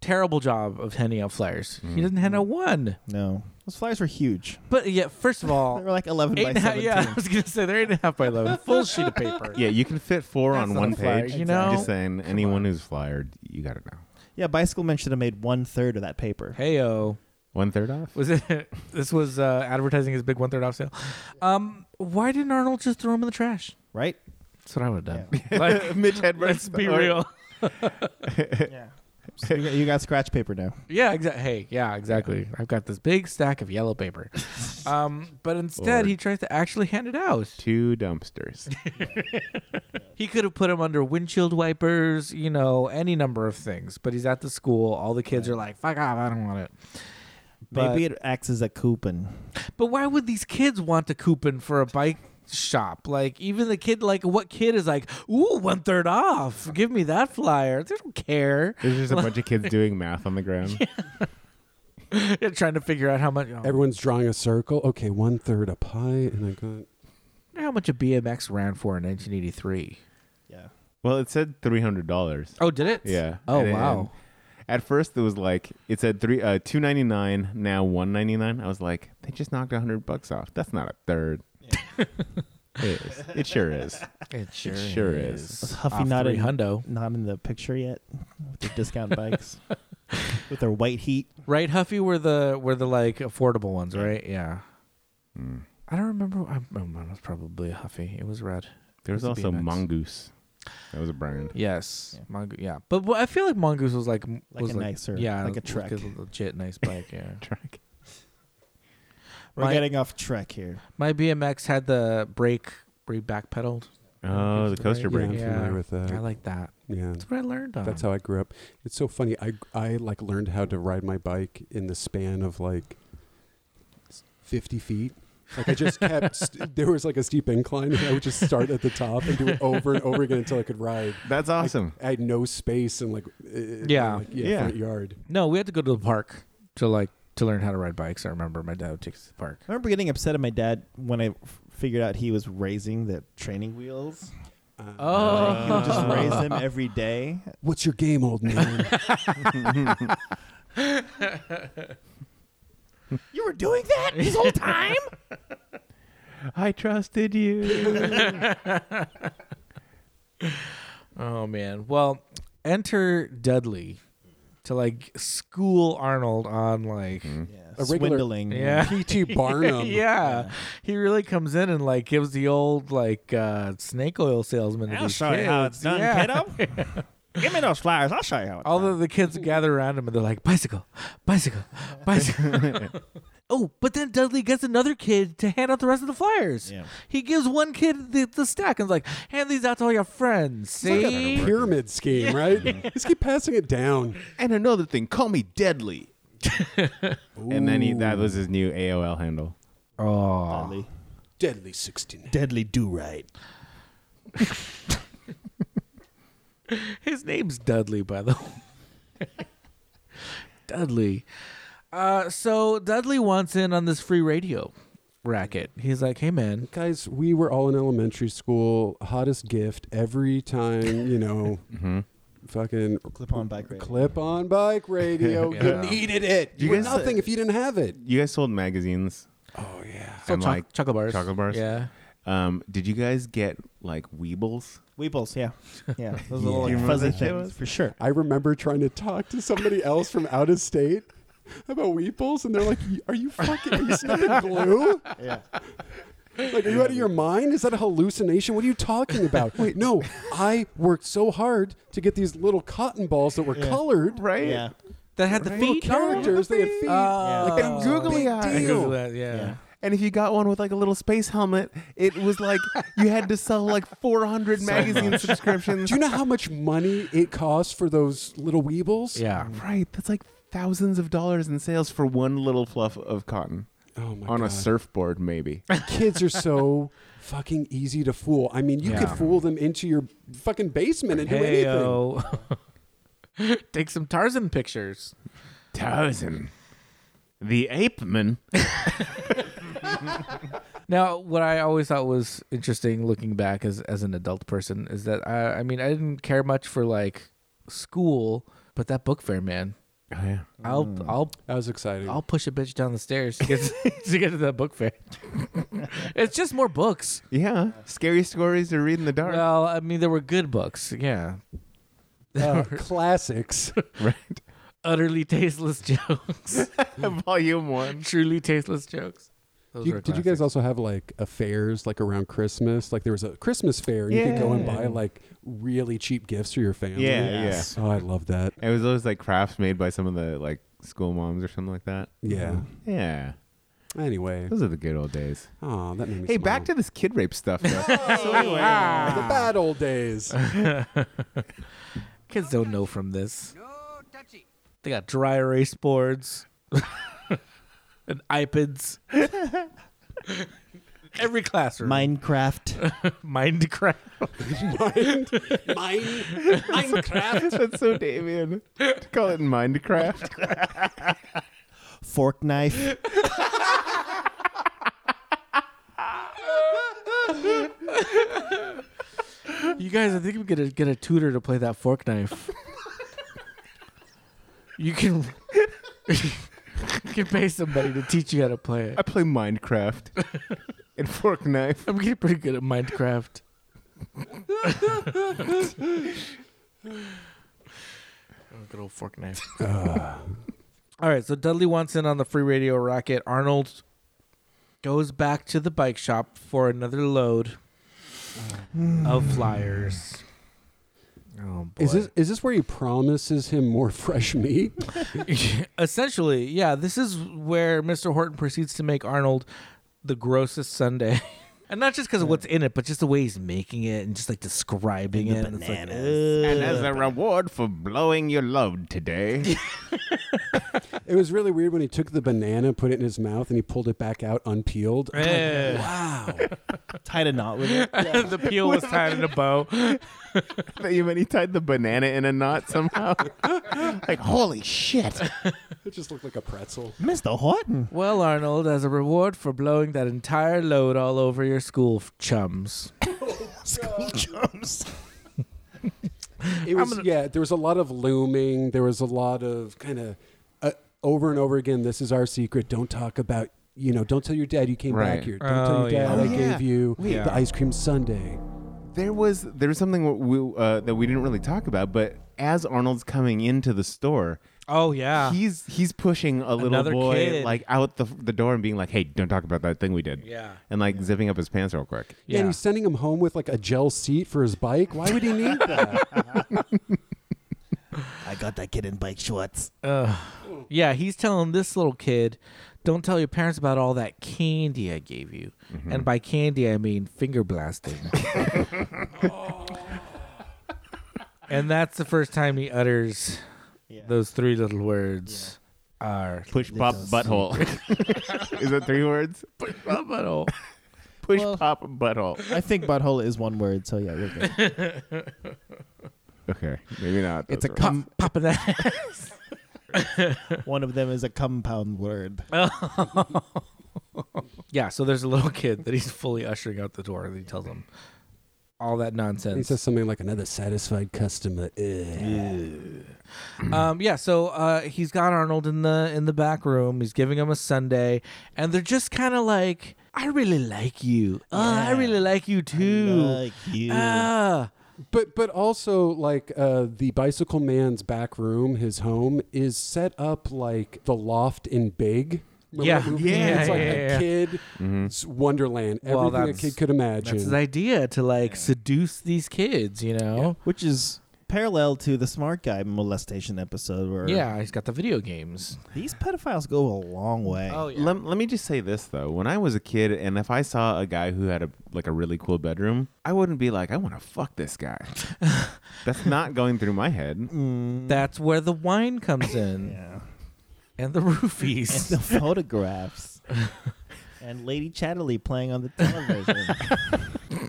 S1: terrible job of handing out flyers. He doesn't hand out one.
S2: No.
S1: Those flyers were huge. But yeah, first of all,
S12: They were like 11 by
S1: eight and a half- Yeah,
S12: 17.
S1: I was gonna say they're eight and a half by eleven, full sheet of paper.
S4: Yeah, you can fit four
S1: That's
S4: on
S1: not
S4: one
S1: a flyer,
S4: page.
S1: you know?
S4: I'm just saying, anyone who's flyered, you got to know.
S12: Yeah, Bicycle Men should have made one third of that paper.
S1: Heyo.
S4: One third off.
S1: Was it? This was uh, advertising his big one third off sale. Um, why didn't Arnold just throw him in the trash?
S12: Right.
S1: That's what I would have done.
S4: Like, Mitch Hedberg.
S1: Let's be
S4: Or-
S1: real.
S12: yeah. So you, got, you got scratch paper now.
S1: Yeah, exactly. Hey, yeah, exactly. I've got this big stack of yellow paper. Um, but instead,
S4: Or-
S1: he tries to actually hand it out.
S4: Two dumpsters.
S1: He could have put him under windshield wipers, you know, any number of things. But he's at the school. All the kids are like, "Fuck off! I don't want it." But,
S12: Maybe it acts as a coupon.
S1: but why would these kids want a coupon for a bike shop? Like, even the kid, like, what kid is like, "Ooh, one third off! Give me that flyer." They don't care.
S4: There's just a bunch of kids doing math on the ground.
S1: They're trying to figure out how much
S3: Everyone's drawing a circle. Okay, one third a pie, and I got
S1: how much a BMX ran for in 1983.
S4: Well, it said three hundred dollars.
S1: Oh, did it?
S4: Yeah.
S1: Oh,
S4: And-
S1: wow.
S4: and at first, it was like it said three uh, two ninety nine. Now one ninety nine. I was like, they just knocked a hundred bucks off. That's not a third. it is. It sure is.
S1: It sure
S4: is.
S12: Was Huffy not in not in the picture yet with the discount bikes with their white heat.
S1: Right, Huffy were the were the like affordable ones, right? Yeah. I don't remember. I, oh, mine was probably a Huffy. It was red.
S4: There was
S1: It a
S4: also
S1: BMX.
S4: mongoose. That was a brand.
S1: Yes, yeah. mongoose. Yeah, but what- I feel like mongoose was like m-
S12: Like
S1: was
S12: a nicer-
S1: yeah,
S12: like a
S1: was
S12: Trek.
S1: a legit nice bike. Yeah,
S4: trek.
S12: We're
S1: My-
S12: getting off track here.
S1: My BMX had the brake where you back pedaled.
S4: Oh, the coaster
S3: Yeah,
S4: brake.
S3: I'm familiar with that.
S1: I like that.
S3: Yeah,
S1: That's what I learned on.
S3: That's how I grew up. It's so funny. I I like learned how to ride my bike in the span of like s- fifty feet. Like I just kept. St- there was like a steep incline, and I would just start at the top and do it over and over again until I could ride.
S4: That's
S3: Like,
S4: awesome.
S3: I had no space and like, uh,
S1: Yeah.
S3: like, yeah,
S1: Yeah.
S3: front yard.
S1: No, we had to go to the park to like to learn how to ride bikes. I remember my dad would take us to the park.
S12: I remember getting upset at my dad when I f- figured out he was raising the training wheels. Uh, Like, he would just raise them every day.
S3: What's your game, old man?
S12: you were doing that this whole time?
S4: I trusted you.
S1: Oh man. Well, enter Dudley to like school Arnold on like
S3: Mm-hmm.
S12: A regular swindling.
S1: Yeah.
S12: P.T. Barnum.
S1: yeah. He really comes in and like gives the old like uh snake oil salesman. to
S11: I'll
S1: these
S11: show you
S12: uh,
S11: how
S1: kids.
S11: it's done,
S1: Yeah.
S11: kiddo. Give me those flyers. I'll show you how it's
S1: All of the kids gather around him and they're like, bicycle, bicycle, bicycle. oh, but then Dudley gets another kid to hand out the rest of the flyers.
S12: Yeah.
S1: He gives one kid the, the stack and's like, hand these out to all your friends.
S3: It's like
S1: See?
S3: a pyramid scheme, right? Just keep passing it down.
S4: And another thing, call me deadly. and then he, that was his new AOL handle.
S1: Oh.
S12: Deadly.
S3: Deadly 69.
S12: Deadly do right.
S1: His name's Dudley, by the way. Dudley. Uh, so Dudley wants in on this free radio racket. He's like, hey, man.
S3: Guys, we were all in elementary school. Hottest gift every time, you know.
S4: Mm-hmm.
S3: Fucking
S12: clip on bike radio.
S3: Clip on bike radio.
S4: Yeah.
S3: You needed it.
S4: You
S3: You were
S4: guys-
S3: nothing if you didn't have it.
S4: You guys sold magazines.
S1: So
S4: and
S1: choc-
S4: like
S1: chocolate bars.
S4: Chocolate bars.
S1: Yeah.
S4: Um, did you guys get like Weebles?
S12: Weebles, yeah. Yeah. Those
S4: Yeah.
S12: little
S4: You
S12: like,
S4: remember
S12: fuzzy
S4: that shit
S12: things
S4: was?
S12: for sure.
S3: I remember trying to talk to somebody else from out of state about Weeples, and they're like, "Y- "Are you fucking? Are you sniffing glue?
S12: Yeah.
S3: Like, are you out of your mind? Is that a hallucination? What are you talking about? Wait, no, I worked so hard to get these little cotton balls that were colored,
S4: Right?
S12: Yeah.
S1: That had the
S3: Little
S1: feet.
S3: characters, they had feet,
S12: Uh.
S3: like
S1: Oh.
S3: a googly
S1: I Googled
S3: deal.
S1: that, yeah.
S12: Yeah.
S4: And if you got one with like a little space helmet, it was like you had to sell like 400 magazine subscriptions.
S3: Do you know how much money it costs for those little Weebles?
S1: Yeah.
S4: Right. That's like thousands of dollars in sales for one little fluff of cotton
S3: Oh my
S4: on a
S3: God.
S4: surfboard, maybe.
S3: kids are so fucking easy to fool. I mean, you could
S1: Yeah.
S3: fool them into your fucking basement and do
S1: Hey,
S3: anything.
S1: Take some Tarzan pictures.
S4: Tarzan. The ape man.
S3: Oh,
S1: Now, what I always thought was interesting looking back as as an adult person is that I I mean I didn't care much for like school, but that book fair man,
S4: Oh yeah.
S1: I'll I'll
S3: that was exciting.
S1: I'll push a bitch down the stairs to get to, get to the book fair. it's just more books.
S4: Yeah, scary stories to read in the dark.
S1: Well, I mean, there were good books. Yeah,
S3: Uh, classics.
S4: right.
S1: Utterly tasteless jokes.
S4: Volume one.
S1: Truly tasteless jokes. Those
S3: You-
S1: were
S3: did you guys also have like affairs like around Christmas? Like there was a Christmas fair and you could go and
S4: Yeah.
S3: buy like really cheap gifts for your family.
S4: Yeah, yeah.
S3: Oh, I love that.
S4: It was those like crafts made by some of the like school moms or something like that.
S3: Yeah.
S4: Yeah.
S3: Anyway,
S4: Those are the good old days.
S3: Oh, that made me
S4: Hey, back to this kid rape stuff. Though. so anyway,
S3: the bad old days.
S1: Kids don't know from this. They got dry erase boards and iPads. Every classroom.
S12: Minecraft.
S1: Minecraft.
S3: Mind, mine, Minecraft.
S4: That's so Damien. Call it Minecraft.
S12: Fork knife.
S1: You guys, I think we could get a tutor to play that fork knife. you can you can pay somebody to teach you how to play it.
S4: I play Minecraft and fork knife.
S1: I'm getting pretty good at Minecraft. good old fork knife. All right, so Dudley wants in on the free radio rocket. Arnold goes back to the bike shop for another load of flyers. Oh boy.
S3: Is this is this where he promises him more fresh meat?
S1: Essentially, yeah, this is where Mr. Horton proceeds to make Arnold the grossest Sunday. And not just because of what's in it, but just the way he's making it and just like describing it. And it's like,
S4: And as
S1: Uh.
S4: a reward for blowing your load today,
S3: It was really weird when he took the banana, put it in his mouth, and he pulled it back out unpeeled. I'm like,
S1: Yeah.
S3: wow.
S12: Tied a knot with it.
S1: the peel was tied in a bow.
S4: that you meant he tied the banana in a knot somehow. like holy shit!
S3: It just looked like a pretzel.
S12: Mr. Horton.
S1: Well, Arnold, as a reward for blowing that entire load all over your school f- chums.
S12: School chums.
S3: It was yeah. There was a lot of looming. There was a lot of kind of uh, over and over again. This is our secret. Don't talk about. You know, don't tell your dad you came
S4: Right.
S3: back here. Don't tell
S1: Oh,
S3: your dad
S1: yeah.
S3: I
S4: Oh, yeah.
S3: gave you
S4: Wait.
S3: the ice cream sundae.
S4: There was there was something we, uh, that we didn't really talk about, but as Arnold's coming into the store,
S1: Oh, yeah.
S4: he's he's pushing a little
S1: Another
S4: boy
S1: kid.
S4: like out the the door and being like, "Hey, don't talk about that thing we did."
S1: Yeah.
S4: and like zipping up his pants real quick.
S3: Yeah. And he's sending him home with like a gel seat for his bike. Why would he need that?
S12: I got that kid in bike shorts.
S1: Yeah, he's telling this little kid, don't tell your parents about all that candy I gave you. And by candy, I mean finger blasting. and that's the first time he utters those three little words are
S4: Push pop butthole. is that three words?
S1: push pop butthole.
S4: Push
S12: Well-
S4: pop butthole.
S12: I think butthole is one word, so yeah, we're good.
S4: Okay, maybe not.
S12: It's a
S4: Those are-
S12: com-
S1: Popping that.
S12: one of them is a compound word.
S1: Yeah, so there's a little kid that he's fully ushering out the door and he tells him all that nonsense.
S3: he says something like another satisfied customer. Ugh.
S12: "Hmm."
S1: Um, yeah, so uh, he's got Arnold in the in the back room. He's giving him a Sunday, and they're just kind of like, "I really like you. Oh, I really like you too.
S12: Like you.
S1: Ah,
S3: But but also like uh, the bicycle man's back room, his home is set up like the loft in Big. Remember
S1: Yeah.
S3: that movie?
S1: Yeah,
S3: it's like
S1: yeah,
S3: a
S1: yeah.
S3: kid s- wonderland.
S1: Well,
S3: Everything a
S1: that's-
S3: kid could imagine.
S1: that's his idea to like seduce these kids, you know?
S12: Which is parallel to the smart guy molestation episode where
S1: Yeah, he's got the video games.
S12: these pedophiles go a long way.
S4: Lem- let me just say this though: when I was a kid, and if I saw a guy who had a like a really cool bedroom, I wouldn't be like, "I want to fuck this guy." That's not going through my head.
S1: that's where the wine comes in,
S12: Mm. Yeah.
S1: and the
S12: And
S1: roofies.
S12: the photographs. and Lady Chatterley playing on the television.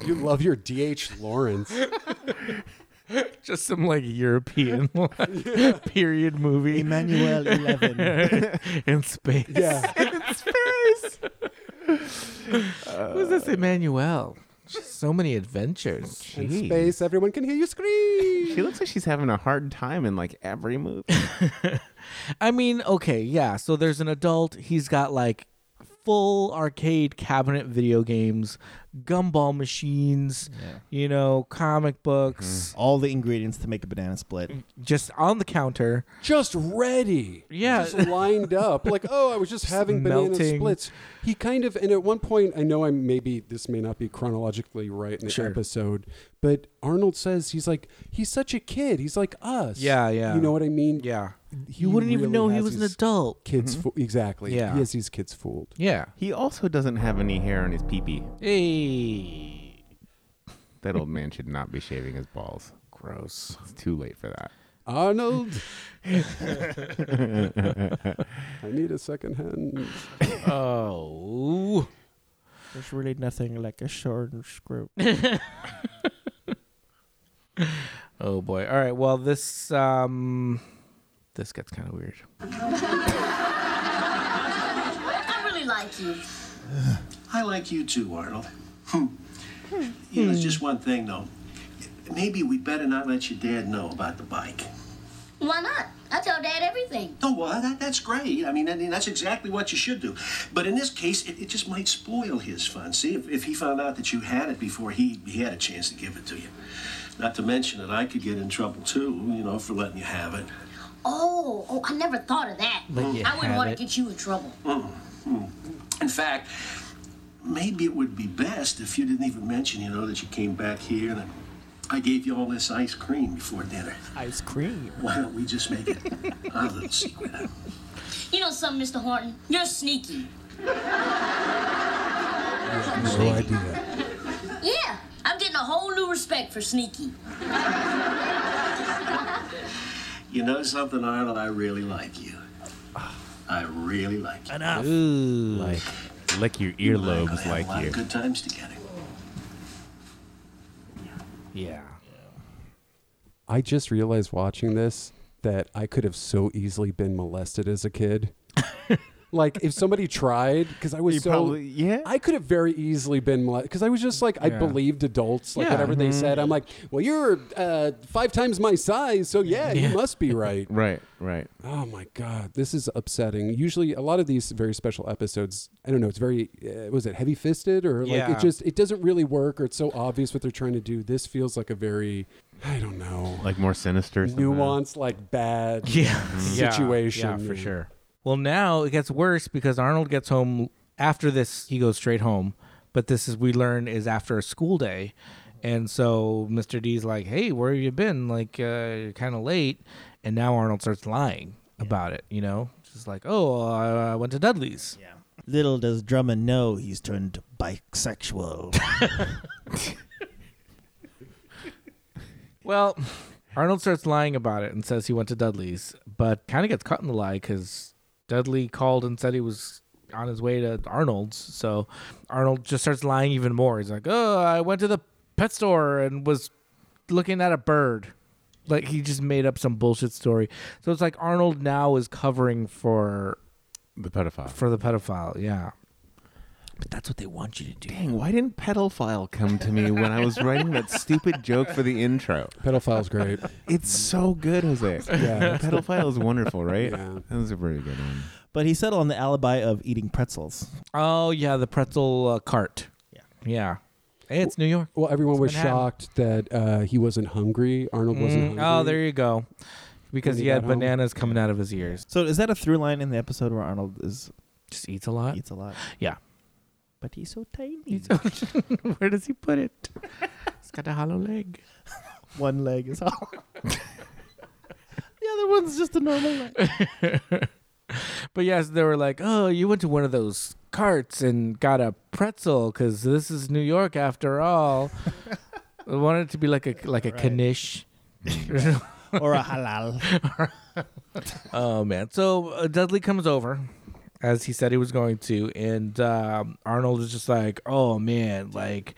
S3: You love your DH Lawrence.
S1: just some like European period movie
S12: Emmanuel 11.
S1: in space.
S3: yeah.
S1: Who's this Emmanuel? So many adventures.
S3: In space, everyone can hear you scream.
S4: She looks like she's having a hard time in like every movie.
S1: I mean, okay, yeah. So there's an adult. He's got like full arcade cabinet video games, gumball machines, you know, comic books.
S12: All the ingredients to make a banana split.
S1: Just on the counter.
S3: Just ready.
S1: Yeah.
S3: Just lined up. Like, oh, I was just having banana
S1: melting.
S3: splits. He kind of, and at one point, I know I'm maybe, this may not be chronologically right in the
S1: Sure.
S3: episode, but Arnold says, he's like, he's such a kid. He's like us.
S1: Yeah, yeah.
S3: You know what I mean?
S1: Yeah.
S3: He
S1: You wouldn't even
S3: really
S1: know he
S3: has
S1: was an
S3: his
S1: adult.
S3: Kids, fo- exactly.
S1: Yeah.
S3: He has these kids fooled.
S1: Yeah.
S4: He also doesn't have any hair on his peepee.
S1: Hey.
S4: That old man should not be shaving his balls. Gross. It's too late for that.
S3: Arnold. I need a second hand.
S1: Oh.
S12: There's really nothing like a shorter screw.
S1: Oh boy. All right. Well, this um this gets kind of weird.
S9: I really like you.
S7: I like you too, Arnold. Hmm. Yeah, there's just one thing though. Maybe we better not let your dad know about the bike.
S9: Why not? I tell Dad everything.
S7: No, well, that, that's great. I mean, I mean, that's exactly what you should do. But in this case, it, it just might spoil his fun. See, if, if he found out that you had it before he, he had a chance to give it to you. Not to mention that I could get in trouble too, you know, for letting you have it.
S9: Oh, oh, I never thought of that.
S7: But you
S9: I wouldn't
S7: have
S9: want
S7: it.
S9: to get you in trouble.
S7: Mm, mm. In fact, maybe it would be best if you didn't even mention, you know, that you came back here and I gave you all this ice cream before dinner.
S12: Ice cream?
S7: Why don't we just make it our little secret?
S9: You know something, Mr. Horton? You're sneaky.
S3: No idea.
S9: Yeah, I'm getting a whole new respect for sneaky.
S7: You know something, Arnold? I really like you. I really like you.
S12: Enough.
S4: Like, lick your earlobes like
S7: A lot
S4: you.
S7: of good times together.
S1: Yeah.
S3: I just realized watching this that I could have so easily been molested as a kid. like if somebody tried, because I was
S4: You
S3: so
S4: probably- yeah.
S3: I could have very easily been molested because I was just like I
S4: Yeah.
S3: believed adults, like
S4: Yeah.
S3: whatever they
S4: Mhm.
S3: said. I'm like, well, you're uh, five times my size, so yeah, you must be right.
S4: Right, right.
S3: Oh my god, this is upsetting. Usually, a lot of these very special episodes, I don't know, it's very uh, was it heavy fisted or like
S4: Yeah.
S3: it just it doesn't really work or it's so obvious what they're trying to do. This feels like a very I don't know
S4: Like more sinister. somehow.
S3: nuanced, like bad
S1: Uh-huh.
S3: Mm-hmm.
S1: Yeah,
S3: situation.
S1: yeah, for sure. Well, now it gets worse because Arnold gets home after this. He goes straight home, but this is we learn is after a school day, and so Mr. D's like, "Hey, where have you been? Like, uh, you're kind of late." And now Arnold starts lying about it. You know, just like, "Oh, I, I went to Dudley's." Yeah.
S12: Little does Drummond know he's turned bisexual.
S1: Well, Arnold starts lying about it and says he went to Dudley's, but kind of gets caught in the lie because Dudley called and said he was on his way to Arnold's. So Arnold just starts lying even more. He's like, "Oh, I went to the pet store and was looking at a bird." Like he just made up some bullshit story. So it's like Arnold now is covering for
S4: the pedophile.
S1: For the pedophile, yeah. But that's what they want you to do.
S4: Dang, why didn't pedophile come to me when I was writing that stupid joke for the intro?
S3: Pedophile's great.
S4: It's so good, Jose.
S12: Yeah.
S4: Pedophile is wonderful, right? That was a pretty good one.
S12: but he settled on the alibi of eating pretzels.
S1: Oh yeah, the pretzel uh, cart. Yeah. Yeah. Hey, it's New York.
S3: Well, everyone
S1: It's
S3: was
S1: Manhattan.
S3: shocked that uh, he wasn't hungry. Arnold wasn't
S1: Mm,
S3: hungry.
S1: Oh, there you go. Because
S3: When
S1: he
S3: he
S1: had
S3: got home.
S1: bananas coming out of his ears.
S12: So is that a through line in the episode where Arnold is
S1: just eats a lot?
S12: Eats a lot.
S1: Yeah.
S12: But he's so tiny.
S1: Where does he put it? He's got a hollow leg.
S12: One leg is all. the other one's just a normal leg.
S1: But yes, they were like, "Oh, you went to one of those carts and got a pretzel because this is New York after all." I wanted it to be like a like a knish.
S12: or a halal.
S1: oh man! So uh, Dudley comes over, as he said he was going to, and um, Arnold is just like, "Oh man, like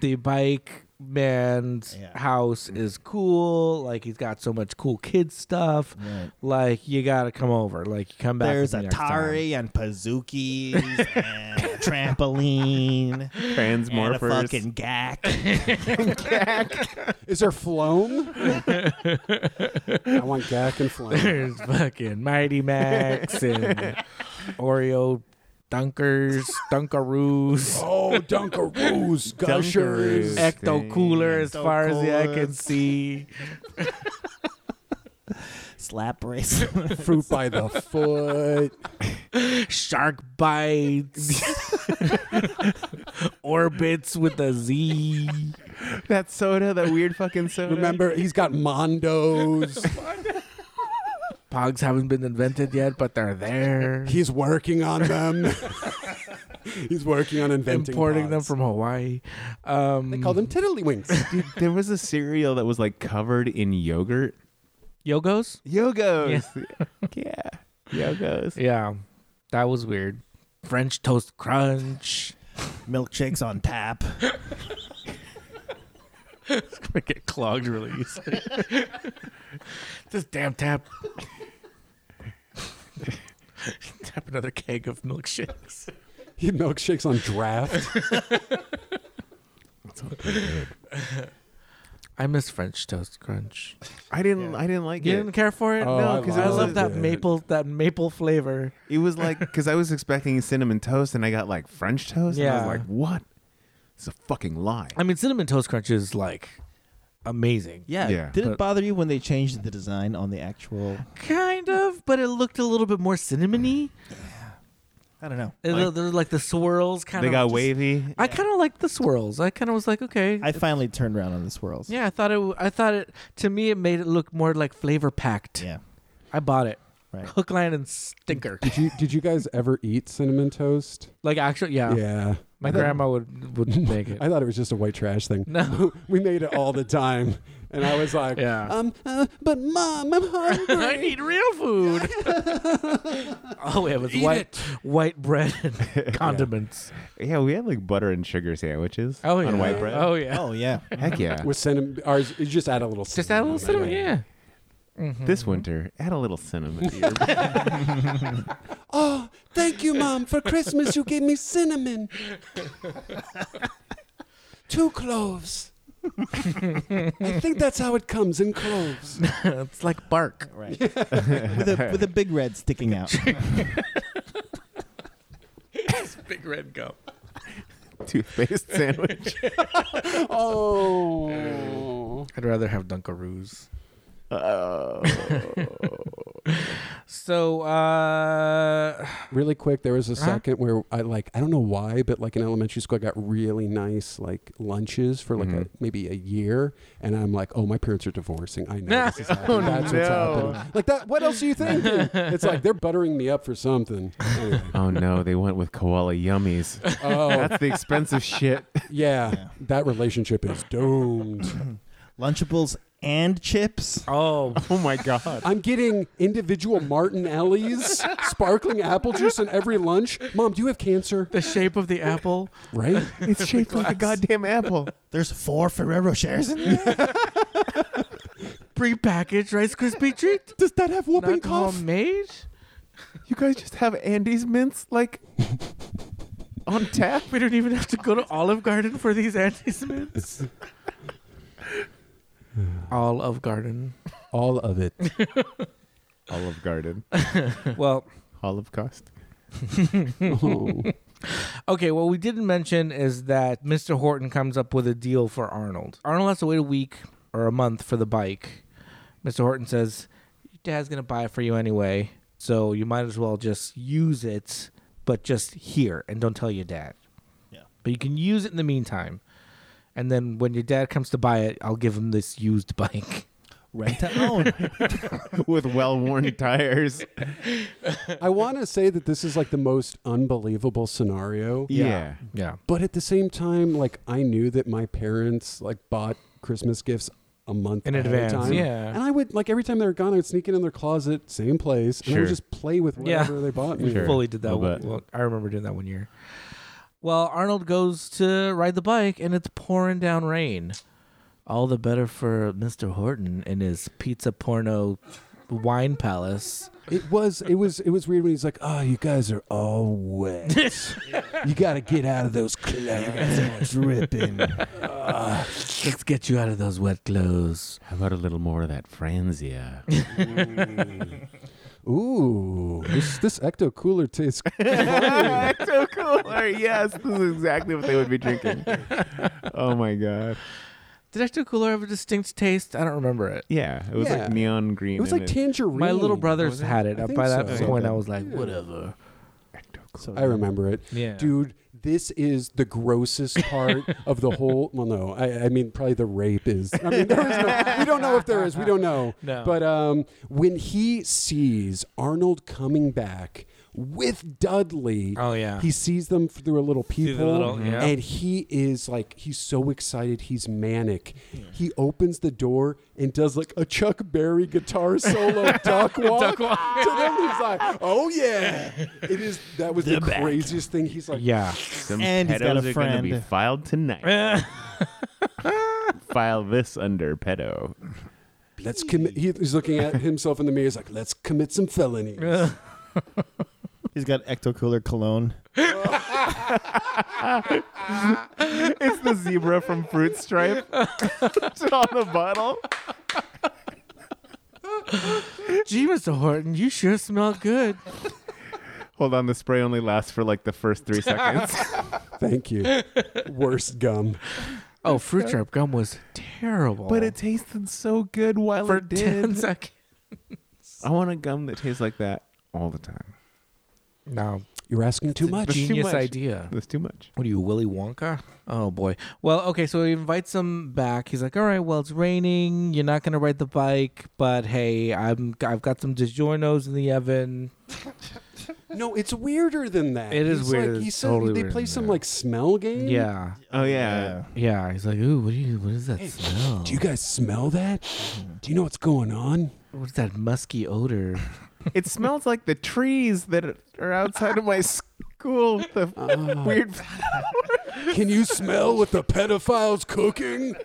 S1: the bike man's house is cool. Like he's got so much cool kid stuff.
S12: Right.
S1: Like you got to come over. Like you come back.
S12: There's
S1: with me next time."
S12: Atari and Pazookies and trampoline, and a
S4: Transmorphers.
S12: fucking gack.
S3: Gack. Is there Floam? I want Gack and Floam.
S1: There's fucking Mighty Max and Oreo Dunkers, Dunkaroos.
S3: Oh, Dunkaroos, Gushers.
S1: Ecto Cooler, as
S3: Ecto
S1: far as the eye
S3: Cooler.
S1: can see.
S12: Slap brace.
S3: Fruit by the foot.
S1: Shark bites. Orbits with a Z.
S4: That soda, that weird fucking soda.
S3: Remember, he's got Mondos.
S1: Pogs haven't been invented yet, but they're there.
S3: He's working on them. He's working on inventing
S1: Importing them
S3: pods.
S1: from Hawaii. Um,
S3: They call them tiddlywinks.
S4: Dude, there was a cereal that was like covered in yogurt.
S1: Yogos?
S4: Yogos. Yeah. Yogos.
S1: Yeah. That was weird. French toast crunch.
S12: Milkshakes on tap.
S1: it's gonna get clogged really easily. this damn tap. tap another keg of milkshakes.
S3: He had milkshakes on draft.
S1: I miss French toast crunch.
S4: I didn't. I didn't like
S1: You
S4: it.
S1: didn't care for it?
S4: Oh,
S1: no,
S4: I
S1: because I
S4: loved
S1: love that
S4: it.
S1: maple that maple flavor.
S4: It was like because I was expecting cinnamon toast and I got like French toast. And
S1: Yeah.
S4: I was like, what? It's a fucking lie.
S1: I mean cinnamon toast crunch is like amazing.
S12: Yeah. Did it bother you when they changed the design on the actual?
S1: kind of, but it looked a little bit more cinnamony.
S12: I don't know.
S1: It
S12: Like-
S1: looked- there was, like the swirls kind
S4: They
S1: of
S4: got wavy.
S1: I kind of like the swirls. I kind of was like, okay.
S12: I finally turned around on the swirls.
S1: yeah, I thought it. w- I thought it. To me, it made it look more like flavor packed.
S12: Yeah.
S1: I bought it.
S12: Right.
S1: Hook, line, and stinker.
S3: Did you did you guys ever eat cinnamon toast?
S1: Like actually, yeah.
S3: Yeah.
S1: My
S3: I thought-
S1: grandma would would make it.
S3: I thought it was just a white trash thing.
S1: No.
S3: we made it all the time. And I was like,
S1: Yeah.
S3: um, uh, but mom, I'm hungry.
S1: I need real food. All we have is Oh, white white bread and condiments.
S4: yeah, we had like butter and sugar sandwiches.
S1: Oh, yeah.
S4: On white bread.
S1: Oh yeah. Mhm.
S12: Oh yeah.
S4: Heck yeah.
S3: With cinnamon, ours, you just add a little cinnamon.
S1: Just add a little cinnamon. Yeah.
S4: This winter, add a little cinnamon. to your-
S3: Oh, thank you, mom. For Christmas, you gave me cinnamon. Two cloves. I think that's how it comes in cloves.
S1: it's like bark.
S12: Right. with a with a big red sticking out.
S1: Big red gum.
S4: Toothpaste sandwich.
S3: Oh.
S1: I'd rather have Dunkaroos.
S4: Oh.
S1: So, uh,
S3: Really quick, there was a
S1: Uh-huh.
S3: second where I like I don't know why, but like in elementary school, I got really nice like lunches for like a,
S4: Mhm.
S3: maybe a year, and I'm like, oh, my parents are divorcing. I know this is happening.
S4: Oh,
S3: That's what's
S4: no.
S3: happening. Like that. What else are you thinking? it's like they're buttering me up for something. Anyway.
S4: oh no, they went with koala yummies.
S3: Oh
S4: That's the expensive shit.
S3: yeah, that relationship is doomed.
S12: Lunchables and chips.
S1: oh,
S4: Oh my god.
S3: I'm getting individual Martinelli's, sparkling apple juice in every lunch. Mom, do you have cancer?
S1: the shape of the apple.
S3: Right?
S4: It's shaped like a goddamn apple.
S12: There's four Ferrero shares in there.
S1: Prepackaged Rice Krispie treat.
S3: Does that have whooping
S1: Not
S3: cough?
S1: homemade.
S4: You guys just have Andy's mints like on tap.
S1: We don't even have to go to Olive Garden for these antihistamines. Olive Garden.
S3: All of it.
S4: Olive Garden.
S1: Well,
S4: Olive Cost.
S3: Oh.
S1: okay. What we didn't mention is that Mr. Horton comes up with a deal for Arnold. Arnold has to wait a week or a month for the bike. Mr. Horton says, "Your dad's gonna buy it for you anyway, so you might as well just use it, but just here and don't tell your dad.
S12: Yeah.
S1: But you can use it in the meantime, and then when your dad comes to buy it, I'll give him this used bike."
S12: Rent to own.
S4: With well worn tires.
S3: I want to say that this is like the most unbelievable scenario,
S4: Yeah.
S1: Yeah.
S3: but at the same time, like I knew that my parents like bought Christmas gifts a month
S1: In
S3: ahead of
S1: advance,
S3: time.
S1: yeah.
S3: And I would like every time they were gone, I would sneak it in their closet, same place, and I would
S4: Sure.
S3: just play with
S1: Yeah.
S3: whatever they bought me.
S4: Sure.
S1: fully did that.
S4: I'll
S1: One,
S4: bet.
S1: well, I remember doing that one year. Well, Arnold goes to ride the bike, and it's pouring down rain. All the better for Mr. Horton and his pizza porno wine palace.
S3: It was it was it was weird when he's like, "Oh, you guys are all wet. you got to get out of those clouds. It's dripping." Uh,
S1: Let's get you out of those wet clothes.
S4: How about a little more of that Franzia?
S3: Ooh, this this ecto cooler tastes.
S4: Ecto Cooler. Yes, this is exactly what they would be drinking. Oh my god.
S1: Did Ecto Cooler have a distinct taste? I don't remember it.
S4: Yeah, it was
S3: Yeah.
S4: like neon green.
S3: It was
S4: and
S3: like tangerine.
S1: My little brothers
S3: was it?
S1: had it.
S3: I think
S1: By that
S3: so.
S1: point,
S3: Okay.
S1: I was like,
S3: Yeah.
S1: whatever.
S3: I remember it.
S1: Yeah.
S3: Dude, this is the grossest part of the whole. Well, no, I, I mean, probably the rape is. I mean, there is no. We don't know if there is. We don't know.
S1: No.
S3: But um, when he sees Arnold coming back with Dudley,
S1: Oh, yeah.
S3: he sees them through a little
S1: the
S3: peephole,
S1: little- yeah.
S3: and he is like, he's so excited, he's manic. He opens the door and does like a Chuck Berry guitar solo duck walk.
S1: Duck walk.
S3: to them, he's like, oh yeah, it is. That was the craziest thing. He's like,
S12: Yeah.
S4: Some
S12: And he's got
S4: pedos
S12: a
S4: are gonna be
S12: friend.
S4: filed tonight. File this under pedo.
S3: let's commit. He, he's looking at himself in the mirror. He's like, let's commit some felonies.
S12: He's got Ecto Cooler cologne.
S4: it's the zebra from Fruit Stripe. it's on the bottle.
S1: Gee, Mr. Horton, you sure smell good.
S4: Hold on, the spray only lasts for like the first three seconds.
S3: Thank you. Worst gum.
S1: Oh, fruit syrup gum was terrible.
S4: but it tasted so good while
S1: for
S4: it did.
S1: ten seconds.
S4: I want a gum that tastes like that all the time.
S1: No,
S3: You're asking too much.
S4: That's too
S1: genius
S4: much.
S1: idea.
S4: That's too much.
S1: What are you, Willy Wonka? Oh boy. Well, okay, so he invites him back. He's like, "All right, well, it's raining. You're not gonna ride the bike, but hey, I'm I've got some DiGiorno's in the oven.
S3: No, it's weirder than that.
S1: It is
S3: He's
S1: weirder.
S3: Like, he
S1: It's
S3: said
S1: totally
S3: they
S1: weirder
S3: play
S1: than
S3: some
S1: that.
S3: like smell game.
S1: Yeah,
S4: Oh yeah.
S1: yeah." He's like, "Ooh, what do you? What is that smell?
S3: Do you guys smell that?
S1: Mm-hmm.
S3: Do you know what's going on?
S1: What's that musky odor?"
S4: It smells like the trees that are outside of my school. The
S1: Ah.
S4: weird.
S3: Can you smell what the pedophile's cooking?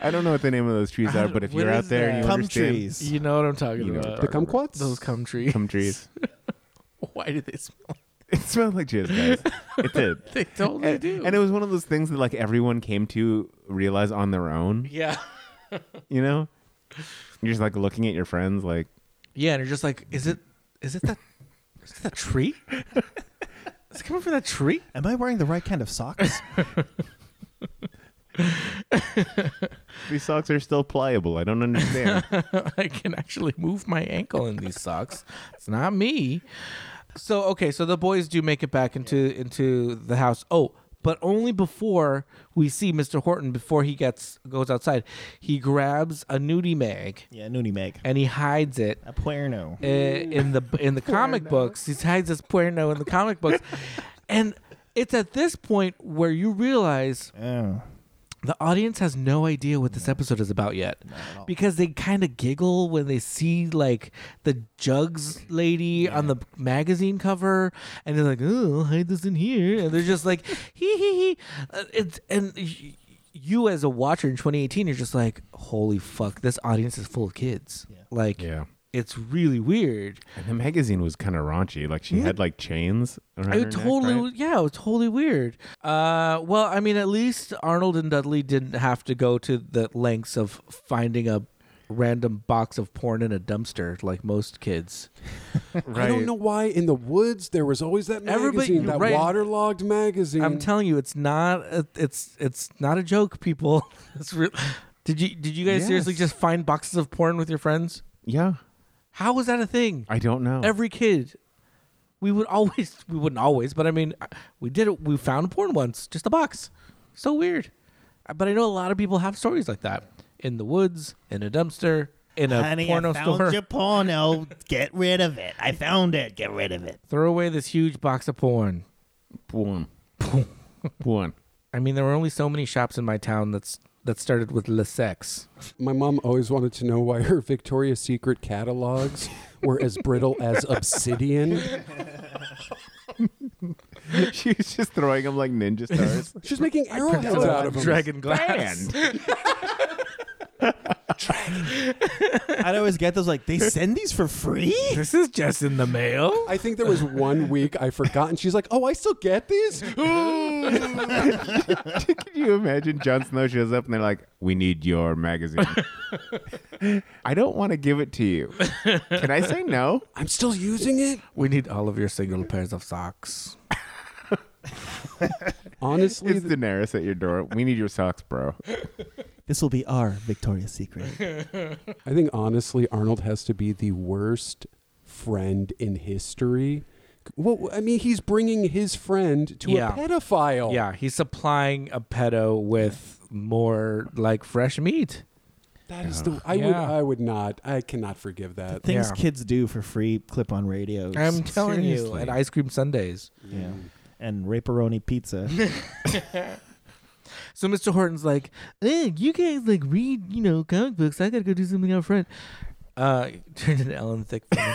S4: I don't know what the name of those trees are, but if
S1: what
S4: you're out
S1: is
S4: there and
S1: that?
S4: you
S12: Cum
S4: understand,
S12: trees.
S1: You know what I'm talking
S4: You know what I'm
S1: about?
S3: The kumquats?
S1: Those cum trees.
S4: Cum trees.
S1: Why do they smell?
S4: It smelled like jizz, guys. It did.
S1: They totally
S4: And,
S1: do.
S4: and it was one of those things that like everyone came to realize on their own.
S1: yeah,
S4: You know, you're just like looking at your friends, like
S1: yeah, and you're just like, "Is it? Is it that? is it that tree? is it coming from that tree?"
S12: Am I wearing the right kind of socks?
S4: these socks are still pliable. I don't understand.
S1: I can actually move my ankle in these socks. It's not me. So okay, so the boys do make it back into into the house. Oh, but only before we see Mr. Horton before he gets goes outside. He grabs a nudie mag
S12: yeah, Noonie Meg.
S1: and he hides it
S12: A puerno.
S1: uh, in the in the comic books. He hides his puerno in the comic books. And it's at this point where you realize
S12: Oh.
S1: the audience has no idea what this episode is about yet because they kind of giggle when they see like the jugs lady on the magazine cover and they're like oh I'll hide this in here and they're just like hee hee hee Uh, it's and y- you as a watcher in 2018 you're just like holy fuck this audience is full of kids like
S4: Yeah.
S1: it's really weird
S4: and the magazine was kind of raunchy. Like she had like chains around her
S1: it
S4: neck,
S1: totally
S4: right?
S1: was- yeah it was totally weird uh well i mean at least arnold and dudley didn't have to go to the lengths of finding a random box of porn in a dumpster like most kids
S4: right.
S3: I don't know why in the woods there was always that magazine,
S1: Everybody-
S3: that
S1: right.
S3: waterlogged magazine.
S4: Hmm.
S1: i'm telling you it's not a, it's it's not a joke people it's real did you did you guys seriously
S4: Yes.
S1: just find boxes of porn with your friends
S4: Yeah,
S1: how was that a thing
S4: I don't
S12: Oh.
S4: know.
S1: every kid we would always we wouldn't always but i mean uh, we did it we found porn once just a box so weird Uh, but i know a lot of people have stories like that in the woods in a dumpster in a
S12: Honey,
S1: porno
S12: I found
S1: store
S12: your porno. Get rid of it. I found it. Get rid of it.
S1: throw away this huge box of porn
S4: Boom. Boom.
S1: i mean there were only so many shops in my town that's that started with le sex
S3: My mom always wanted to know why her Victoria's Secret catalogs were as brittle as obsidian.
S4: she was just throwing them like ninja stars.
S3: She's making arrowheads out of them.
S1: dragon glass
S12: I'd always get those like they send these for free.
S1: This is just in the mail.
S3: I think there was one week I forgot, and she's like, "Oh, I still get these."
S4: Can you imagine Jon Snow shows up and they're like, "We need your magazine." I don't want to give it to you. Can I say no?
S3: I'm still using it.
S1: We need all of your single pairs of socks.
S3: Honestly,
S4: it's Daenerys at your door. We need your socks, bro.
S12: This will be our Victoria's Secret.
S3: I think honestly, Arnold has to be the worst friend in history. Well, I mean, he's bringing his friend to
S1: Yeah.
S3: a pedophile.
S1: Yeah, he's supplying a pedo with more like fresh meat.
S3: That is the I would
S1: Yeah.
S3: I would not I cannot forgive that.
S12: Things
S1: Yeah.
S12: kids do for free clip-on radios.
S1: I'm telling you,
S12: Seriously.
S1: and ice cream sundaes.
S12: yeah, and raperoni pizza.
S1: So Mr. Horton's like, hey, you guys like read, you know, comic books. I gotta go do something out front. Uh, turned into Ellen Thick.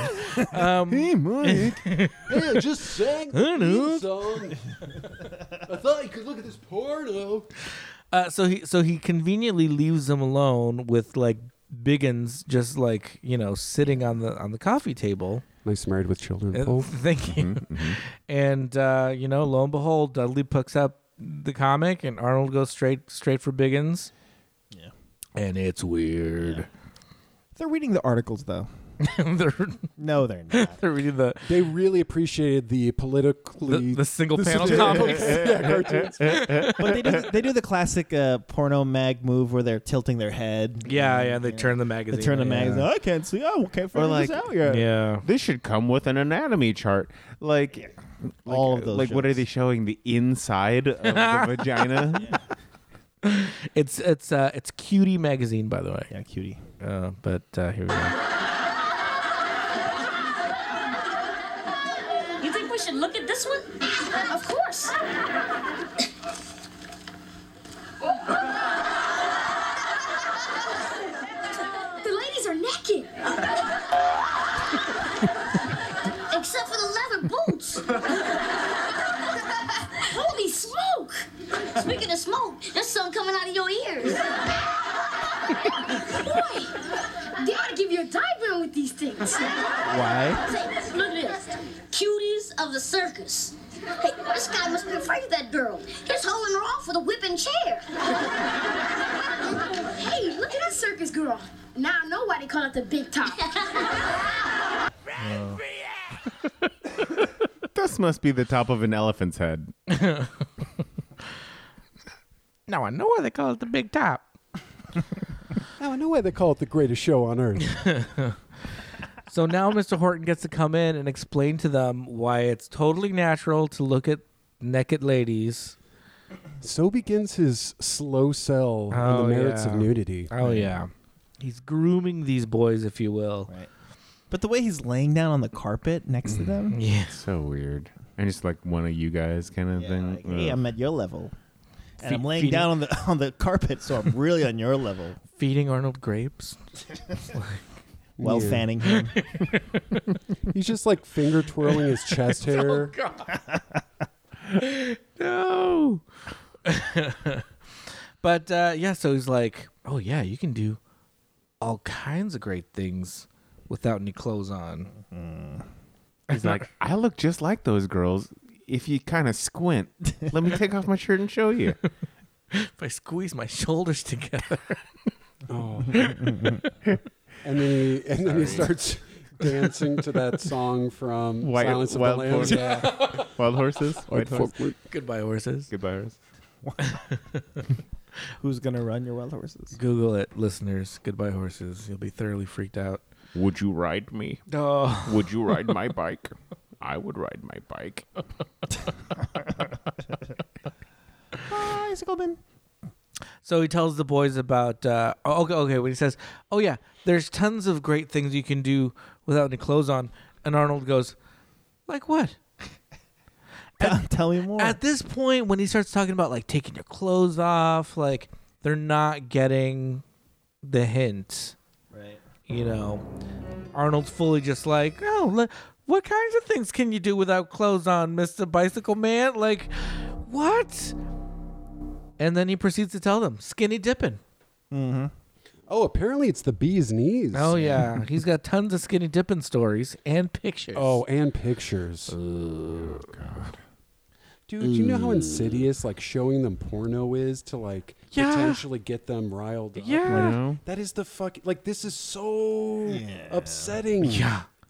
S1: um, hey, Mike.
S3: Hey, I just sang
S1: I know.
S3: the theme song. I thought you could look at this porno.
S1: Uh, so he so he conveniently leaves them alone with like Biggins just like you know sitting on the on the coffee table.
S3: Nice married with children.
S1: Uh, Thank you. And uh, you know, lo and behold, Dudley picks up the comic, and Arnold goes straight straight for Biggins.
S12: Yeah.
S1: and it's weird.
S12: They're reading the articles though.
S1: they're
S12: No, they're not.
S1: they're reading the
S3: They really appreciated the politically
S1: the, the single
S3: the
S1: panel
S3: satirical-
S1: comics.
S3: yeah, cartoons.
S12: but they do, they do the classic uh, porno mag move where they're tilting their head.
S1: Yeah, yeah. They turn the
S12: They
S1: magazine.
S12: turn the
S1: yeah.
S12: magazine. "Oh, I can't see. I can't figure
S4: like-
S12: this out yet.
S1: Yeah.
S4: This should come with an anatomy chart. Like, like-
S12: All of those
S4: Like, what are
S12: shows.
S4: they showing? The inside of the vagina.
S1: It's it's uh it's Cutie magazine, by the way.
S12: Yeah, cutie.
S1: Uh, but uh, here we go.
S9: You think we should look at this one? Of course.
S10: The ladies are naked.
S9: Except for the leather boots. Holy smoke! Speaking of smoke, there's something coming out of your ears. Boy, they ought to give you a diagram with these things.
S12: Why?
S9: Say, look at this. Cuties of the circus. Hey, this guy must be afraid of that girl. He's holding her off with a whipping chair.
S10: Hey, look at that circus girl. Now I know why they call it the big top.
S4: this must be the top of an elephant's head.
S1: Now I know why they call it the Big Top.
S3: Now I know why they call it the greatest show on earth.
S1: So now Mr. Horton gets to come in and explain to them why it's totally natural to look at naked ladies.
S3: so begins his slow sell on the merits of
S1: yeah.
S3: nudity.
S1: Oh yeah. He's grooming these boys, if you will.
S12: Right. But the way he's laying down on the carpet next
S11: Mm.
S12: to them.
S1: Yeah.
S4: So weird. And just like one of you guys kind of
S12: Yeah,
S4: thing.
S12: like, hey,
S4: Ugh.
S12: I'm at your level. And
S1: Fe-
S12: I'm laying
S1: feeding-
S12: down on the on the carpet, so I'm really on your level.
S1: Feeding Arnold grapes.
S12: Well,
S3: Yeah.
S12: fanning him.
S3: He's just like finger twirling his chest hair.
S1: No. but uh, yeah, so he's like, "Oh yeah, you can do all kinds of great things without any clothes on."
S4: He's like, I look just like those girls. If you kind of squint, let me take off my shirt and show you.
S1: If I squeeze my shoulders together,
S3: Oh. and then he and then he starts dancing to that song from
S4: White-
S3: Silence of
S4: Wild
S3: the Lambs.
S4: Horse-
S3: Yeah.
S4: Wild horses. White horse.
S1: goodbye horses.
S4: Goodbye, horse.
S12: Who's gonna run your wild horses?
S1: Google it, listeners. Goodbye horses. You'll be thoroughly freaked out.
S4: Would you ride me?
S1: Oh,
S4: Would you ride my bike? I would ride my bike.
S12: Bicycle bin.
S1: so he tells the boys about. Uh, oh, okay, okay. When he says, "Oh yeah, there's tons of great things you can do without any clothes on," and Arnold goes, "Like what?"
S12: Tell me more.
S11: Uh,
S1: at this point when he starts talking about like taking your clothes off like they're not getting the hint
S12: right.
S1: you know arnold's fully just like oh le- what kinds of things can you do without clothes on mr bicycle man like what and then he proceeds to tell them skinny dipping
S3: Oh, apparently it's the bee's knees.
S1: Oh yeah, he's got tons of skinny dipping stories and pictures.
S3: Oh, and pictures. Oh god. Dude, you know how insidious like showing them porno is to like
S2: Yeah.
S3: potentially get them riled up.
S2: Yeah. You know?
S3: that is the fuck. Like this is so upsetting.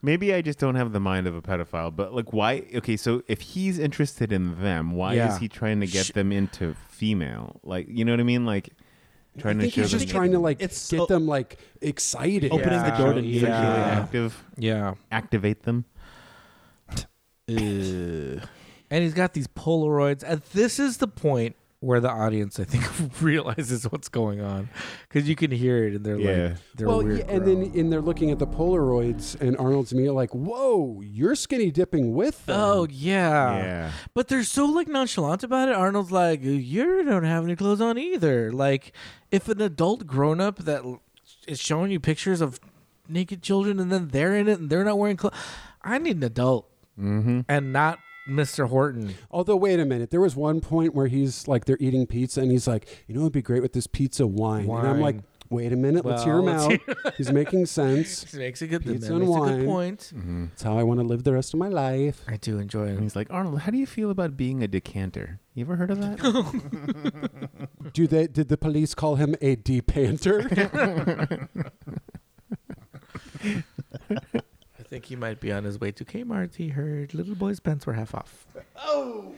S4: Maybe I just don't have the mind of a pedophile, but like, why? Okay, so if he's interested in them, why
S3: Yeah.
S4: is he trying to get them into female? Like, you know what I mean? Like, trying
S3: I think
S4: to show
S3: he's just
S4: them
S3: trying to like get them like excited,
S4: Opening the door to
S3: yeah.
S4: Yeah. sexually active.
S1: Yeah,
S4: activate them.
S1: and he's got these Polaroids. And this is the point where the audience, I think, realizes what's going on because you can hear it, and they're
S4: Yeah.
S1: like, they're
S3: well,
S1: weird.
S3: yeah, and then and they're looking at the Polaroids and Arnold's me like, whoa, you're skinny dipping with them.
S1: Oh yeah. But they're so like nonchalant about it. Arnold's like, "You don't have any clothes on either." Like, if an adult grown up that l- is showing you pictures of naked children and then they're in it and they're not wearing clothes, I need an adult and not Mr. Horton.
S3: Although, wait a minute, there was one point where he's like, they're eating pizza, and he's like, you know, it'd be great with this pizza wine. And I'm like,
S1: Wine.
S3: wait a minute, let's hear him
S1: Well, let's
S3: out. he's making sense.
S1: He makes a good,
S3: Pizza
S1: that
S3: and
S1: makes a
S3: wine.
S1: good point.
S3: It's how I want to live the rest of my life.
S1: I do enjoy it.
S4: And he's like, Arnold, how do you feel about being a decanter? You ever heard of that?
S3: Do they? Did the police call him a depanter?
S1: I think he might be on his way to Kmart. He heard little boy's pants were half off.
S2: Oh.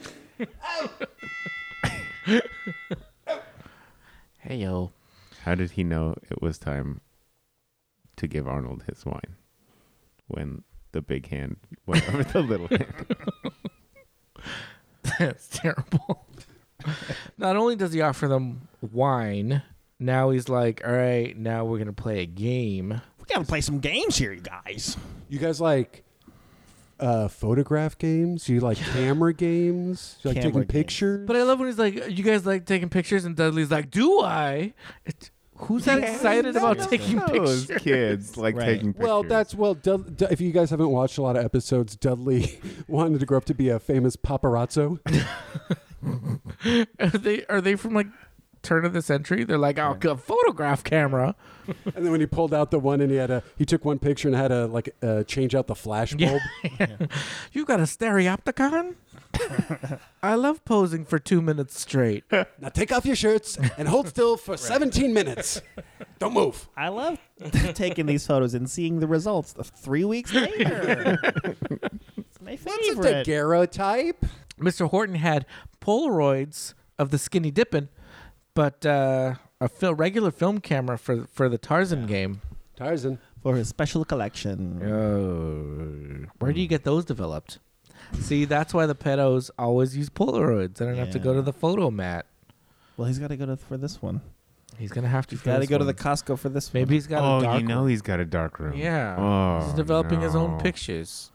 S1: Hey yo.
S4: how did he know it was time to give Arnold his wine when the big hand went over the little hand?
S1: That's terrible. Not only does he offer them wine, now he's like, all right, now we're going to play a game.
S11: We gotta play some games here, you guys.
S3: you guys like uh, photograph games? You like camera games? You like
S1: Camera
S3: taking pictures?
S1: But I love when he's like, you guys like taking pictures? And Dudley's like, do I? It, who's that
S4: Yeah,
S1: excited about
S4: seriously.
S1: taking
S4: Those
S1: pictures?
S4: kids like taking pictures.
S3: Well, that's well. Dud, Dud- if you guys haven't watched a lot of episodes, Dudley wanted to grow up to be a famous paparazzo.
S1: are, they, are they from like turn of the century? They're like, oh, a photograph camera.
S3: and then when he pulled out the one and he had a, he took one picture and had to like uh, change out the flash bulb.
S1: You got a stereopticon? I love posing for two minutes straight.
S3: now take off your shirts and hold still for 17 minutes. Don't move.
S12: I love taking these photos and seeing the results th- three weeks later. it's my favorite.
S3: daguerreotype.
S1: Mr. Horton had Polaroids of the skinny dipping, but uh, a fil- regular film camera for for the Tarzan game.
S3: Tarzan.
S12: For his special collection.
S1: Oh. Where do you get those developed? See, that's why the pedos always use Polaroids. They don't have to go to the photo mat.
S12: Well, he's got to go to for this one.
S1: He's gonna have to.
S12: He's
S1: for
S12: got to
S1: this
S12: go to
S1: one.
S12: the Costco for this one.
S1: Maybe he's got
S4: oh,
S1: a dark
S4: you know
S1: room.
S4: he's got a dark room.
S1: Yeah,
S4: Oh,
S1: he's developing his own Mm.
S4: no.
S1: pictures.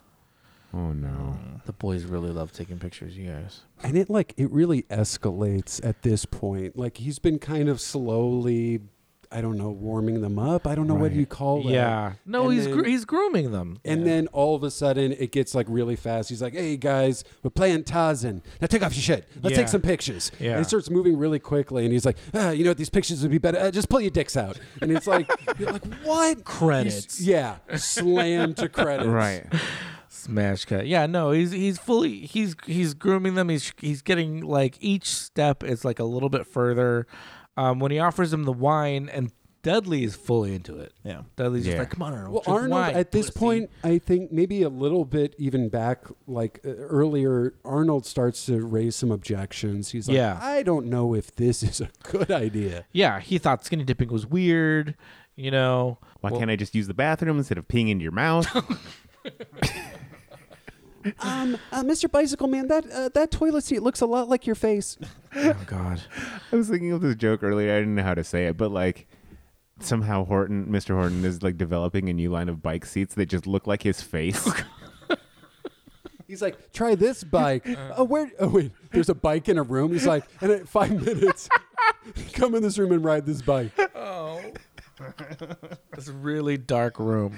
S4: Oh no.
S1: The boys really love taking pictures, you guys.
S3: And it like it really escalates at this point. Like he's been kind of slowly, I don't know, warming them up. I don't know what
S1: Right.
S3: you call it.
S1: Yeah. No,
S3: And
S1: he's
S3: then-
S1: gr- he's grooming them.
S3: And then all of a sudden, it gets like really fast. He's like, "Hey guys, we're playing Tarzan. Now take off your shit. Let's
S1: Yeah.
S3: take some pictures."
S1: Yeah.
S3: And he starts moving really quickly, and he's like, ah, "You know what? These pictures would be better. Uh, just pull your dicks out." And it's like, you're like what?
S1: Credits.
S3: He's- yeah, slam to credits.
S4: Right.
S1: Smash cut. Yeah, no, he's he's fully he's he's grooming them. He's he's getting like each step is like a little bit further. Um, when he offers him the wine, and Dudley is fully into it.
S12: Yeah,
S1: Dudley's just
S4: Yeah.
S1: like, come on, Arnold.
S3: Well,
S1: drink
S3: Arnold,
S1: wine,
S3: at this
S1: pussy."
S3: point, I think maybe a little bit even back, like uh, earlier, Arnold starts to raise some objections. He's like,
S1: Yeah.
S3: I don't know if this is a good idea.
S1: yeah, he thought skinny dipping was weird. You know,
S4: Why
S1: Well,
S4: can't I just use the bathroom instead of peeing into your mouth?
S3: Um, uh, Mr. Bicycle Man, that uh, that toilet seat looks a lot like your face.
S1: Oh God,
S4: I was thinking of this joke earlier. I didn't know how to say it, but like somehow Horton, Mr. Horton, is like developing a new line of bike seats that just look like his face.
S3: He's like, try this bike. oh, where? Oh, wait. There's a bike in a room. He's like, and at five minutes, come in this room and ride this bike.
S1: this really dark room.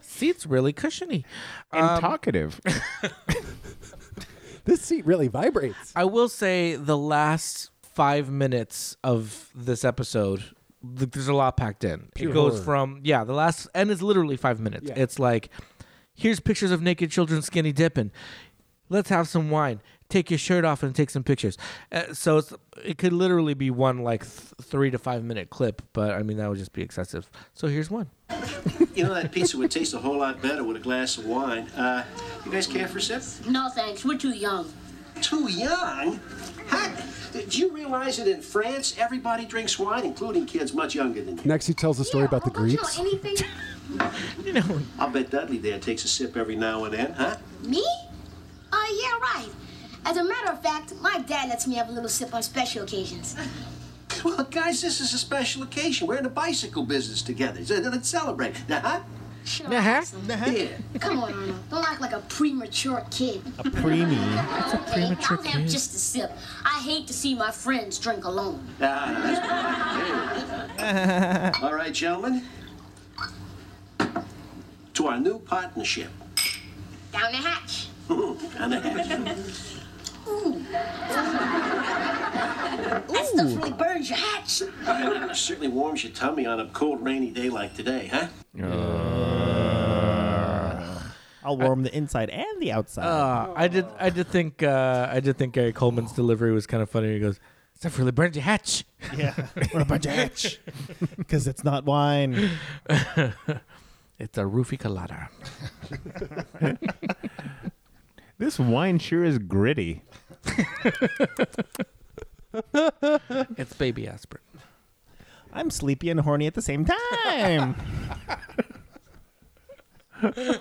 S1: Seats really cushiony.
S4: and
S1: Um,
S4: talkative.
S3: This seat really vibrates.
S1: I will say the last five minutes of this episode th- there's a lot packed in.
S6: Pure
S1: it goes
S6: horror.
S1: from yeah, the last and it's literally five minutes.
S6: Yeah.
S1: It's like here's pictures of naked children skinny dipping. Let's have some wine. Take your shirt off and take some pictures. Uh, so it's, it could literally be one like th- three to five minute clip, but I mean that would just be excessive. So here's one.
S7: You know, that pizza would taste a whole lot better with a glass of wine. Uh, you guys care for a sip?
S9: No thanks, we're too young.
S7: Too young? Do you realize that in France, everybody drinks wine, including kids much younger than you?
S3: Next, he tells a story about the Greeks.
S9: anything?
S1: you know.
S7: I'll bet Dudley there takes a sip every now and then, huh?
S10: Me? Uh, yeah, right. As a matter of fact, my dad lets me have a little sip on special occasions.
S7: Well, guys, this is a special occasion. We're in the bicycle business together. So Let's celebrate. Uh-huh.
S9: Shut up, Axel.
S7: Yeah.
S9: Come on, Arnold. Don't act like a premature kid. A
S12: preemie.
S9: That's
S12: a premature
S9: I'll have
S12: kid.
S9: just a sip. I hate to see my friends drink alone.
S7: Ah, All right, gentlemen. To our new partnership.
S9: Down the hatch.
S7: And a-
S9: Ooh. That stuff really burns your hatch.
S7: it certainly warms your tummy on a cold, rainy day like today, huh?
S12: I'll warm the inside and the outside.
S1: Uh, I did. I did think. Uh, I did think Gary Coleman's delivery was kind of funny. He goes, "Stuff really burned your hatch."
S12: Yeah, what a bunch of hatch. Because it's not wine.
S1: it's a roofie colada.
S4: This wine sure is gritty.
S1: it's baby aspirin.
S12: I'm sleepy and horny at the same time.
S1: There's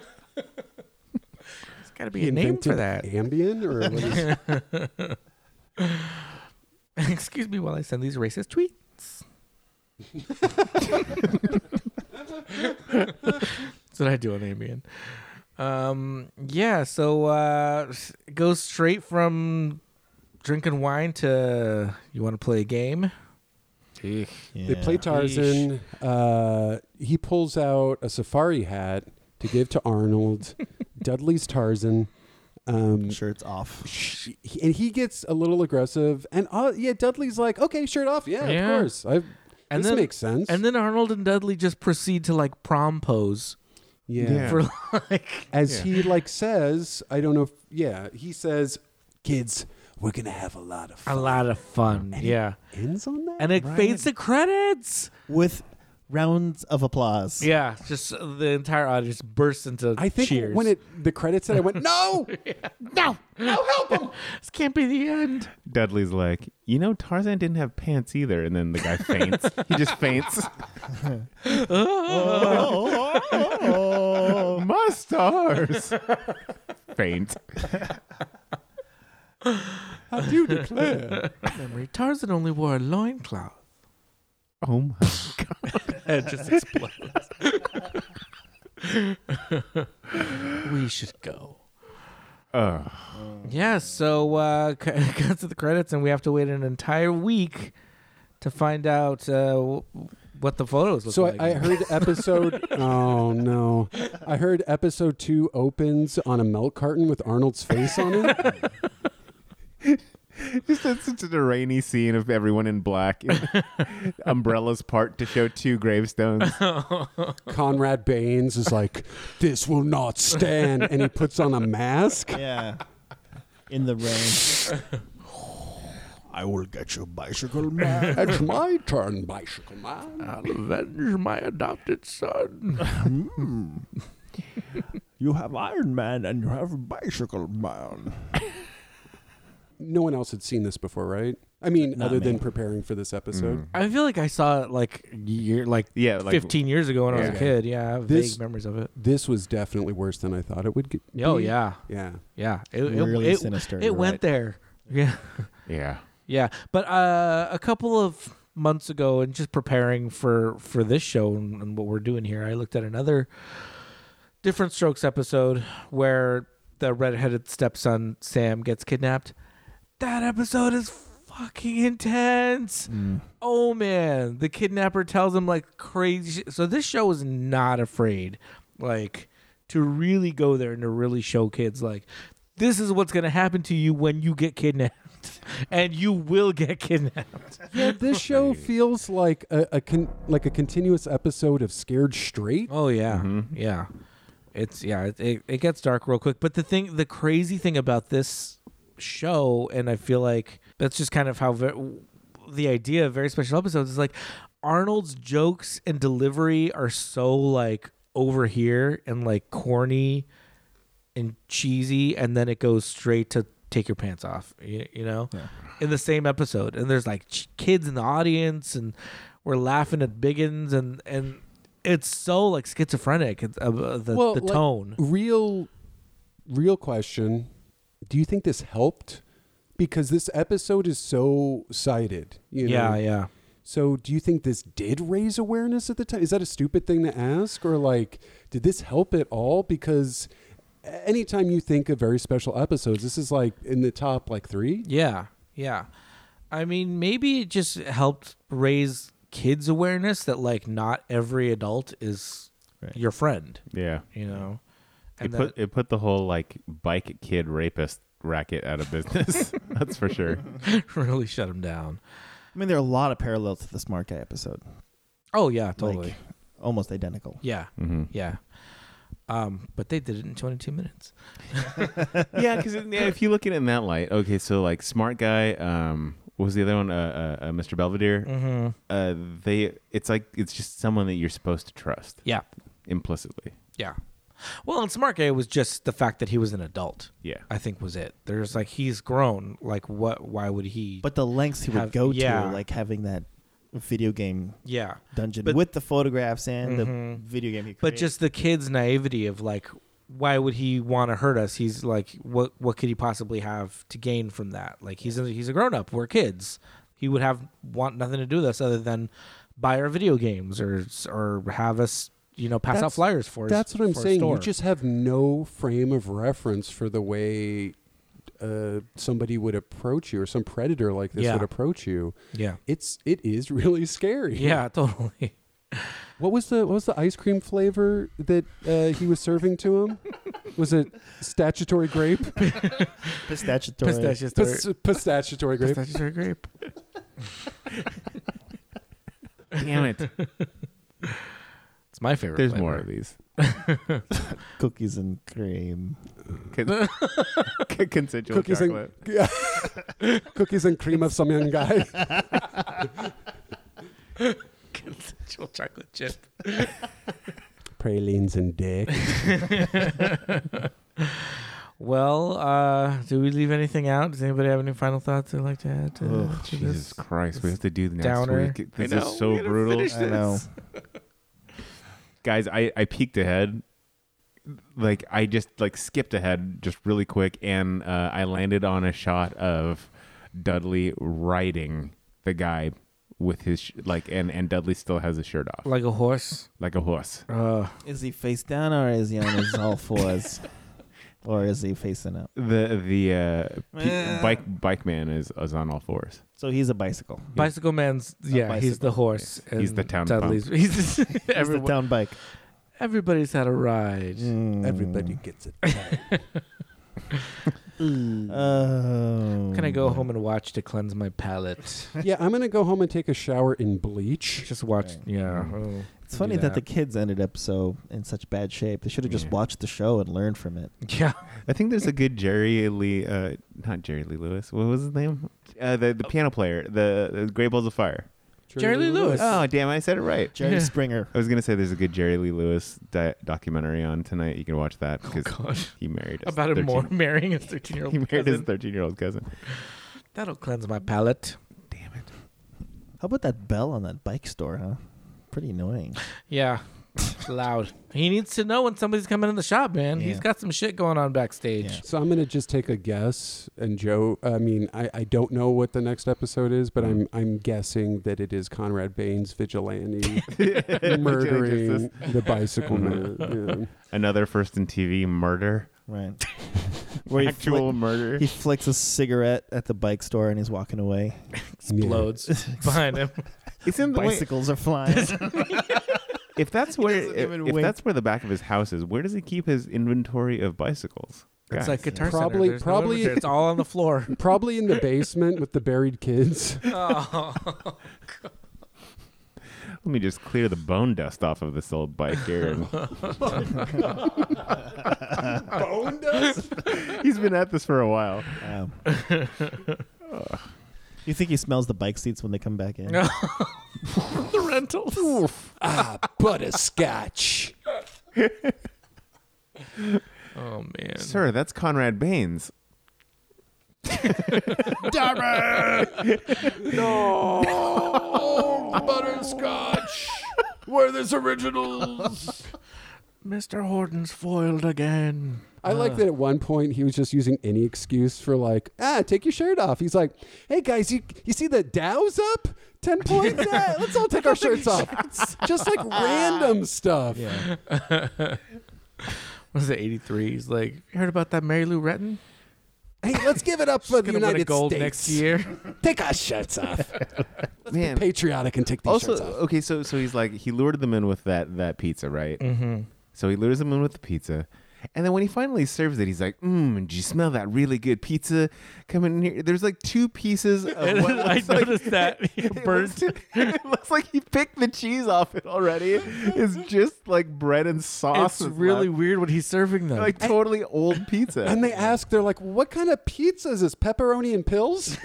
S1: got to be a name for that.
S3: Ambien or what is
S1: Excuse me while I send these racist tweets. That's what I do on Ambien. Um, yeah, so uh, it goes straight from drinking wine to you want to play a game.
S3: They play
S1: Eesh.
S3: Tarzan. Uh, he pulls out a safari hat to give to Arnold. Dudley's Tarzan. Um,
S12: Shirts off.
S3: and he gets a little aggressive. And uh, yeah, Dudley's like, okay, shirt off. Yeah,
S1: Yeah.
S3: of course. I've,
S1: And
S3: this
S1: then-
S3: makes sense.
S1: And then Arnold and Dudley just proceed to like prom pose.
S3: Yeah.
S1: For like
S3: As
S1: Yeah.
S3: he like says, I don't know. If, yeah, he says, kids, we're gonna have a lot of fun.
S1: a lot of fun. yeah.
S3: Ends on that,
S1: and it
S12: Right.
S1: fades to credits
S12: with rounds of applause.
S1: Yeah, just uh, the entire audience bursts into
S3: I think
S1: cheers.
S3: when it the credits said, I went, no,
S1: no, no, help him! this can't be the end.
S4: Dudley's like, you know, Tarzan didn't have pants either. And then the guy faints. he just faints. My stars. Faint.
S3: I do declare.
S1: Memory Tarzan only wore a loincloth.
S4: Oh my god.
S1: it just explodes. we should go. Yeah, so uh c- cut to the credits and we have to wait an entire week to find out uh w- what the photos look
S3: So
S1: like.
S3: I, I heard episode. oh no, I heard episode two opens on a milk carton with Arnold's face on it.
S4: Just it's such a rainy scene of everyone in black. Umbrellas part to show two gravestones.
S3: Conrad Baines is like, "This will not stand," and he puts on a mask.
S12: Yeah. In the rain.
S11: I will get you, bicycle
S3: it's my turn, bicycle man.
S11: I'll
S1: avenge my adopted son.
S11: Hmm. you have Iron Man and you have Bicycle Man.
S3: No one else had seen this before, right? I mean,
S1: Not
S3: other
S1: me.
S3: than preparing for this
S11: Mm.
S3: episode.
S1: I feel like I saw it like year like
S4: yeah, like-
S1: 15 years ago when I was
S3: Yeah.
S1: a kid. Yeah, I have
S3: This-
S1: vague memories of it.
S3: This was definitely worse than I thought it would get.
S1: Oh
S3: be.
S1: yeah.
S3: yeah,
S1: Yeah. It, it-
S12: Really
S1: it-
S12: sinister,
S1: It
S12: you're
S1: went
S12: right.
S1: there. Yeah.
S4: Yeah.
S1: Yeah, but uh, a couple of months ago, and just preparing for for this show and, and what we're doing here, I looked at another different Strokes episode where the redheaded stepson Sam gets kidnapped. That episode is fucking intense. Oh man, the kidnapper tells him like crazy. Shit. So this show is not afraid, like to really go there and to really show kids like this is what's going to happen to you when you get kidnapped, and you will get kidnapped.
S3: Yeah, this show feels like a, a con- like a continuous episode of Scared Straight.
S1: Oh yeah, yeah. It's yeah. It, it, it gets dark real quick. But the thing, the crazy thing about this show, and I feel like that's just kind of how ver- the idea of very special episodes is like Arnold's jokes and delivery are so like over here and like corny and cheesy, and then it goes straight to take your pants off. You, you know, in the same episode, and there's like ch- kids in the audience, and we're laughing at Biggins, and and it's so like schizophrenic. It's, uh, uh, the the
S3: like,
S1: tone.
S3: Real, real question. Do you think this helped? Because this episode is so cited. You know?
S1: Yeah, yeah.
S3: So, do you think this did raise awareness at the time? Is that a stupid thing to ask, or like, did this help at all? Because anytime you think of very special episodes, this is like in the top like three.
S1: Yeah, yeah. I mean, maybe it just helped raise kids' awareness that like not every adult is your friend.
S4: Yeah.
S1: you know,
S4: It
S1: and
S4: put it put the whole like bike kid rapist racket out of business. That's for sure.
S1: really shut him down.
S12: I mean, there are a lot of parallels to the Smart Guy episode.
S1: Oh yeah, totally.
S12: Like, almost identical.
S1: yeah,
S12: Mm-hmm.
S1: yeah. Um, but they did it in 22 minutes.
S4: yeah, because yeah, if you look at it in that light, okay, so like smart guy, um, what was the other one? Uh, uh, uh, Mr. Belvedere.
S1: Mhm.
S4: Uh, they, it's like it's just someone that you're supposed to trust.
S1: Yeah.
S4: implicitly.
S1: Yeah. Well, and Smart Guy was just the fact that he was an adult.
S4: Yeah.
S1: I think was it. There's like he's grown. Like what? Why would he?
S12: But the lengths he
S1: have-
S12: would go
S1: yeah.
S12: to, like having that video game
S1: Yeah.
S12: dungeon
S1: But-
S12: with the photographs and
S1: Mhm.
S12: the video game he
S1: but
S12: created.
S1: just the kid's naivety of like why would he want to hurt us he's like what what could he possibly have to gain from that like he's a, he's a grown up we're kids he would have want nothing to do with us other than buy our video games or or have us you know pass out
S3: That's-
S1: flyers for us
S3: That's what I'm
S1: for a
S3: saying. You
S1: store.
S3: just have no frame of reference for the way uh, somebody would approach you, or some predator like this
S1: Yeah.
S3: would approach you.
S1: Yeah.
S3: it's it is really scary.
S1: yeah totally
S3: What was the what was the ice cream flavor that uh, he was serving to him? was it statutory grape?
S12: Pistachatory.
S3: Pis- pistachatory grape.
S1: Pistachatory grape.
S4: Damn it.
S1: it's my favorite
S4: There's
S1: flavor.
S4: more of these.
S12: cookies and cream.
S4: Con- consensual
S3: cookies
S4: chocolate.
S3: and cookies and cream of some young guy.
S1: consensual chocolate chip
S3: Pralines and dick.
S1: well uh do we leave anything out does anybody have any final thoughts they'd like to add to,
S4: Oh,
S1: to this?
S4: Jesus Christ. We have to do the next
S1: downer.
S4: week. This
S1: I know,
S4: is so
S1: we gotta
S4: brutal.
S1: finish I know. this.
S4: Guys, I, I peeked ahead. Like I just like skipped ahead just really quick and uh, I landed on a shot of Dudley riding the guy with his sh- like and and Dudley still has his shirt off.
S1: like a horse
S4: Like a horse.
S12: is he face down or is he on his all fours? or is he facing up?
S4: The the uh, pe-
S12: Eh.
S4: bike bike man is, is on all fours.
S12: So he's a bicycle.
S1: Bicycle Man's
S12: A
S1: yeah, he's
S12: bicycle.
S1: the horse.
S4: Yes. He's the
S1: and
S4: town
S1: Dudley's-
S4: pump.
S1: He's,
S12: the
S1: everyone-
S12: town bike.
S1: Everybody's had a ride.
S2: Everybody
S3: gets it.
S12: Oh.
S1: Can I go home and watch to cleanse my palate?
S3: yeah, I'm gonna go home and take a shower in bleach.
S1: Just watch. Yeah. oh,
S12: It's
S1: do
S12: funny that. the kids ended up so in such bad shape. They should have just watched the show and learned from it.
S1: Yeah.
S4: I think there's a good Jerry Lee, uh, not Jerry Lee Lewis. What was his name? Uh, the the piano player, the, the Great Balls of Fire.
S1: Jerry Lee Lewis.
S4: Oh damn! I said it right.
S12: Jerry
S1: Yeah.
S12: Springer.
S4: I was gonna say there's a good Jerry Lee Lewis di- documentary on tonight. You can watch that because he married his
S1: Oh, About a
S4: 13
S1: more marrying a thirteen-year-old.
S4: He married his 13 year old cousin.
S1: That'll cleanse my palate.
S12: How about that bell on that bike store, huh? Pretty annoying.
S1: Yeah. It's loud. He needs to know when somebody's coming in the shop, man. He's
S12: Yeah.
S1: got some shit going on backstage.
S3: So I'm gonna just take a guess, and Joe. I mean, I, I don't know what the next episode is, but I'm I'm guessing that it is Conrad Bain's vigilante murdering
S4: Justice.
S3: the bicycle man. Yeah.
S4: Another first in TV murder.
S12: Right. Where he
S4: Actual
S12: flick-
S4: murder.
S12: He flicks a cigarette at the bike store and he's walking away.
S1: Explodes behind him.
S4: It's in the way-
S12: Bicycles are flying.
S4: If that's where if,
S12: even
S4: if
S12: wink.
S4: that's where the back of his house is, where does he keep his inventory of bicycles?
S1: It's like Guitar Center.
S3: probably
S1: There's no
S3: probably
S1: limiter. It's all on the floor.
S3: Probably in the basement with the buried kids.
S1: Oh.
S4: Let me just clear the bone dust off of this old bike here. and-
S3: Bone dust?
S4: He's been at this for a while.
S12: Wow. Um, you think he smells the bike seats when they come back in?
S1: the rentals.
S3: Ah, butterscotch.
S1: Oh man,
S4: Sir, that's Conrad Baines.
S3: Damn
S6: it! No! Butterscotch! Where this originals?
S1: Mr. Horton's foiled again.
S3: I like
S1: Ugh.
S3: that at one point he was just using any excuse for like, ah, take your shirt off. He's like, hey guys, you you see the Dow's up ten points? Ah, let's all take our shirts off. It's just like random stuff.
S1: what is it, 83? He's like, you heard about that Mary Lou Retton?
S3: Hey, let's give it up for the
S1: gonna win a
S3: United
S1: gold
S3: States
S1: next year.
S3: Take our shirts off. Let's
S4: Man.
S3: be patriotic and take these
S4: also,
S3: shirts off.
S4: okay, so so he's like he lured them in with that that pizza, right?
S1: Mhm.
S4: So he lures them in with the pizza, and then when he finally serves it, he's like, "Mmm, do you smell that really good pizza coming in here?" There's like two pieces of
S1: And
S4: what
S1: I
S4: looks like-
S1: noticed that. He
S4: it
S1: burnt-
S4: Looks, it looks like he picked the cheese off it already. It's just like bread and sauce.
S1: It's really weird what he's serving them.
S4: Like totally old pizza.
S3: And
S1: uh,
S3: they ask, they're like, what kind of pizza is this? Pepperoni and pills?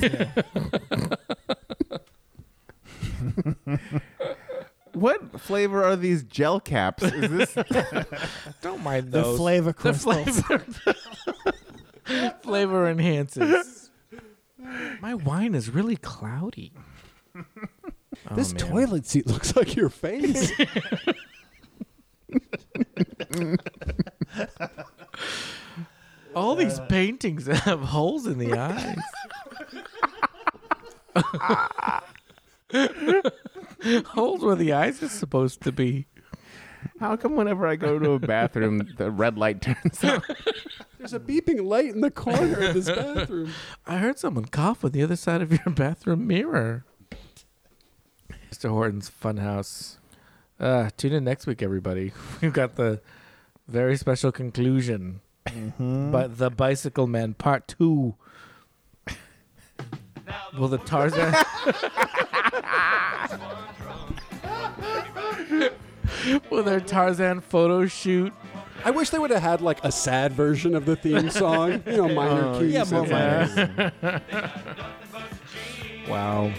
S4: what flavor are these gel caps? Is this
S1: Don't mind
S4: The
S1: those.
S4: flavor
S1: The flavor, flavor enhances. My wine is really cloudy. Oh,
S3: this toilet seat looks like your face.
S1: All these paintings have holes in the eyes. holes where the eyes is supposed to be.
S4: How come whenever I go to a bathroom, the red light turns on?
S3: There's a beeping light in the corner of this bathroom.
S1: I heard someone cough on the other side of your bathroom mirror. Mr. Horton's Funhouse. Uh, tune in next week, everybody. We've got the very special conclusion, but the Bicycle Man Part Two. Will the Tarzan? Will their Tarzan photo shoot?
S3: I wish they would have had like a sad version of the theme song. You know, minor
S1: Oh,
S3: keys.
S1: yeah, more
S3: and-
S1: minor. Wow.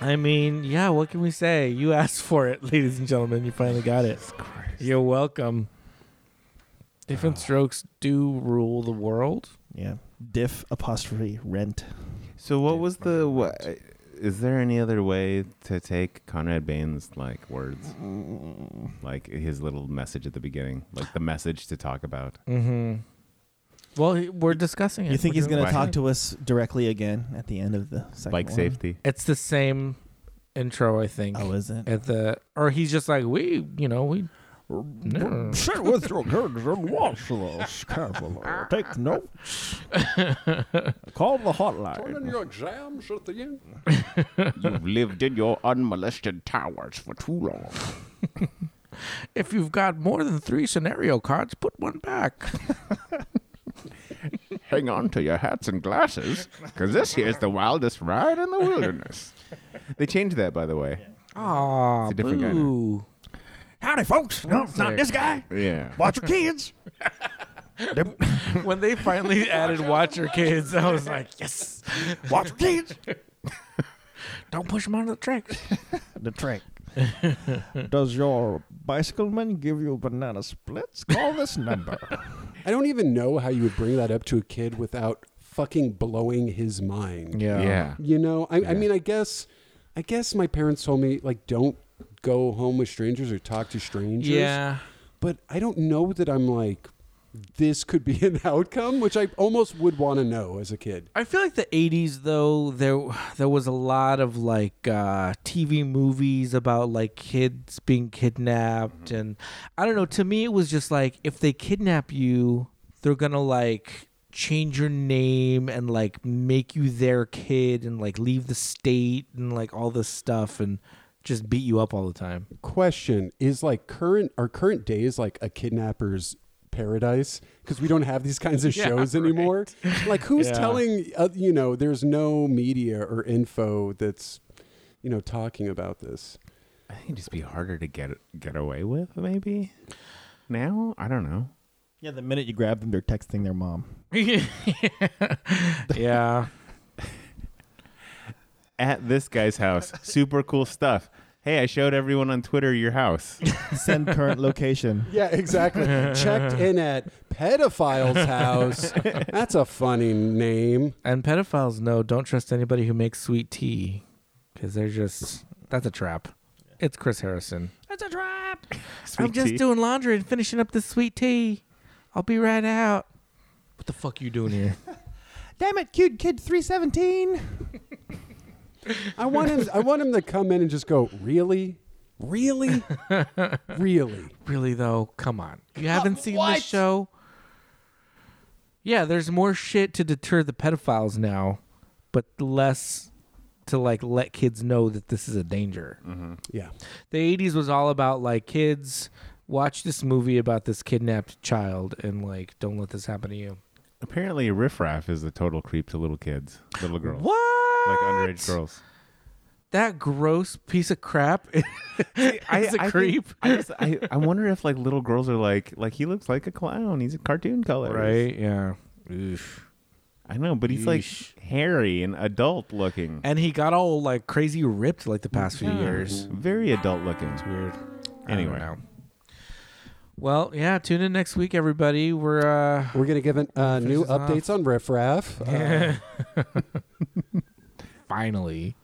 S1: I mean, yeah, what can we say? You asked for it, ladies and gentlemen. You finally got it. You're welcome. Different strokes do rule the world.
S12: Yeah. Diff apostrophe rent.
S4: So what was the what? Is there any other way to take Conrad Bain's like words, like his little message at the beginning, like the message to talk about?
S1: Mm-hmm. Well, he- we're discussing it.
S12: You think
S1: We're
S12: he's
S1: doing
S12: going to
S1: it.
S12: talk to us directly again at the end of the second
S4: Bike
S12: one?
S4: safety.
S1: It's the same intro, I think.
S12: Oh, is it?
S1: At the or he's just like we, you know, we. No.
S11: Sit with your kids and watch this carefully. Take notes. Call the hotline.
S3: Turn in your exams at the end.
S4: You've lived in your unmolested towers for too long.
S1: If you've got more than three scenario cards, put one back.
S4: Hang on to your hats and glasses, because this here's the wildest ride in the wilderness. they changed that, by the way.
S1: Aw,
S4: It's a different guy now.
S1: boo.
S11: Howdy, folks. No, it's not this guy.
S4: Yeah.
S11: Watch your kids.
S1: when they finally added "Watch Your Kids," I was like, "Yes,
S11: Watch your kids.
S1: don't push them onto the tracks."
S12: The trick.
S11: Does your bicycle man give you banana splits? Call this number.
S3: I don't even know how you would bring that up to a kid without fucking blowing his mind.
S1: Yeah.
S4: Yeah.
S3: You know, I,
S4: Yeah.
S3: I mean, I guess, I guess my parents told me like don't go home with strangers or talk to strangers.
S1: Yeah.
S3: But I don't know that I'm like this could be an outcome, which I almost would want to know as a kid.
S1: I feel like the '80s, though there there was a lot of like uh, TV movies about like kids being kidnapped, and I don't know. To me, it was just like if they kidnap you, they're gonna like change your name and like make you their kid and like leave the state and like all this stuff and just beat you up all the time.
S3: Question is like current are current days like a kidnapper's paradise because we don't have these kinds of
S11: Yeah,
S3: shows anymore. Like, who's
S11: Yeah.
S3: telling, uh, you know, there's no media or info that's, you know, talking about this.
S4: I think it'd just be harder to get get away with, maybe. Now I don't know.
S12: Yeah, the minute you grab them, they're texting their mom.
S4: yeah. At this guy's house, super cool stuff. Hey, I showed everyone on Twitter your house.
S12: Send current location.
S3: Yeah, exactly. Checked in at pedophile's house. That's a funny name.
S1: And pedophiles know don't trust anybody who makes sweet tea because they're just that's a trap. It's Chris Harrison.
S6: That's a trap.
S1: I'm just doing laundry and finishing up this sweet tea. I'll be right out. What the fuck you doing here?
S12: Damn it, cute kid 317.
S3: I want him. I want him to come in and just go. Really, really, really,
S1: really though. Come on, you haven't seen this show. Yeah, there's more shit to deter the pedophiles now, but less to like let kids know that this is a danger. Mm-hmm.
S3: Yeah,
S1: the '80s was all about like kids watch this movie about this kidnapped child and like don't let this happen to you.
S4: Apparently, riffraff is a total creep to little kids, little girls,
S1: What?
S4: like underage girls.
S1: That gross piece of crap is a
S4: think-
S1: creep.
S4: I, just, I, I wonder if like little girls are like like he looks like a clown. He's a cartoon color,
S1: Right, Yeah.
S4: I know, but he's
S1: Eesh.
S4: like hairy and adult looking.
S1: and he got all like crazy ripped like the past few
S4: Yeah.
S1: years.
S4: Very adult looking. It's
S1: weird.
S4: Anyway.
S1: Well, yeah. Tune in next week, everybody. We're uh,
S3: we're gonna give an, uh,
S1: finish
S3: new
S1: this off.
S3: updates on Riff Raff. Uh,
S1: Yeah. Finally.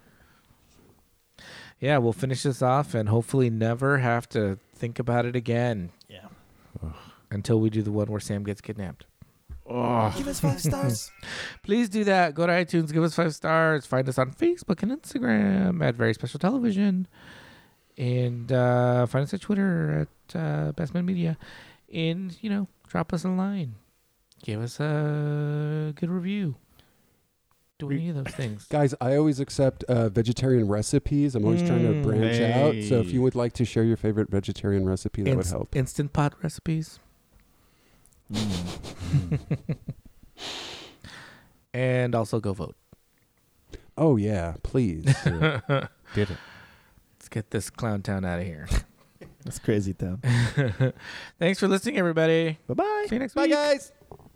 S1: Yeah, we'll finish this off and hopefully never have to think about it again. Yeah. Until we do the one where Sam gets kidnapped.
S4: Oh.
S11: Give us five stars.
S1: Please do that. Go to iTunes, give us five stars. Find us on Facebook and Instagram at Very Special Television. And uh, find us at Twitter at uh, Bestman Media. And, you know, drop us a line. Give us a good review. Do any of those things.
S3: Guys, I always accept uh, vegetarian recipes. I'm always trying to
S1: Mm.
S3: branch out. So if
S4: Hey.
S3: you would like to share your favorite vegetarian recipe, that would
S1: Inst-
S3: help.
S1: Instant pot recipes.
S3: Mm.
S1: and also go vote.
S3: Oh yeah, please.
S4: Did it.
S1: Let's get this clown town out of here.
S12: That's crazy, though.
S1: Thanks for listening, everybody.
S12: Bye bye.
S1: See you next
S12: Bye,
S1: week.
S12: guys.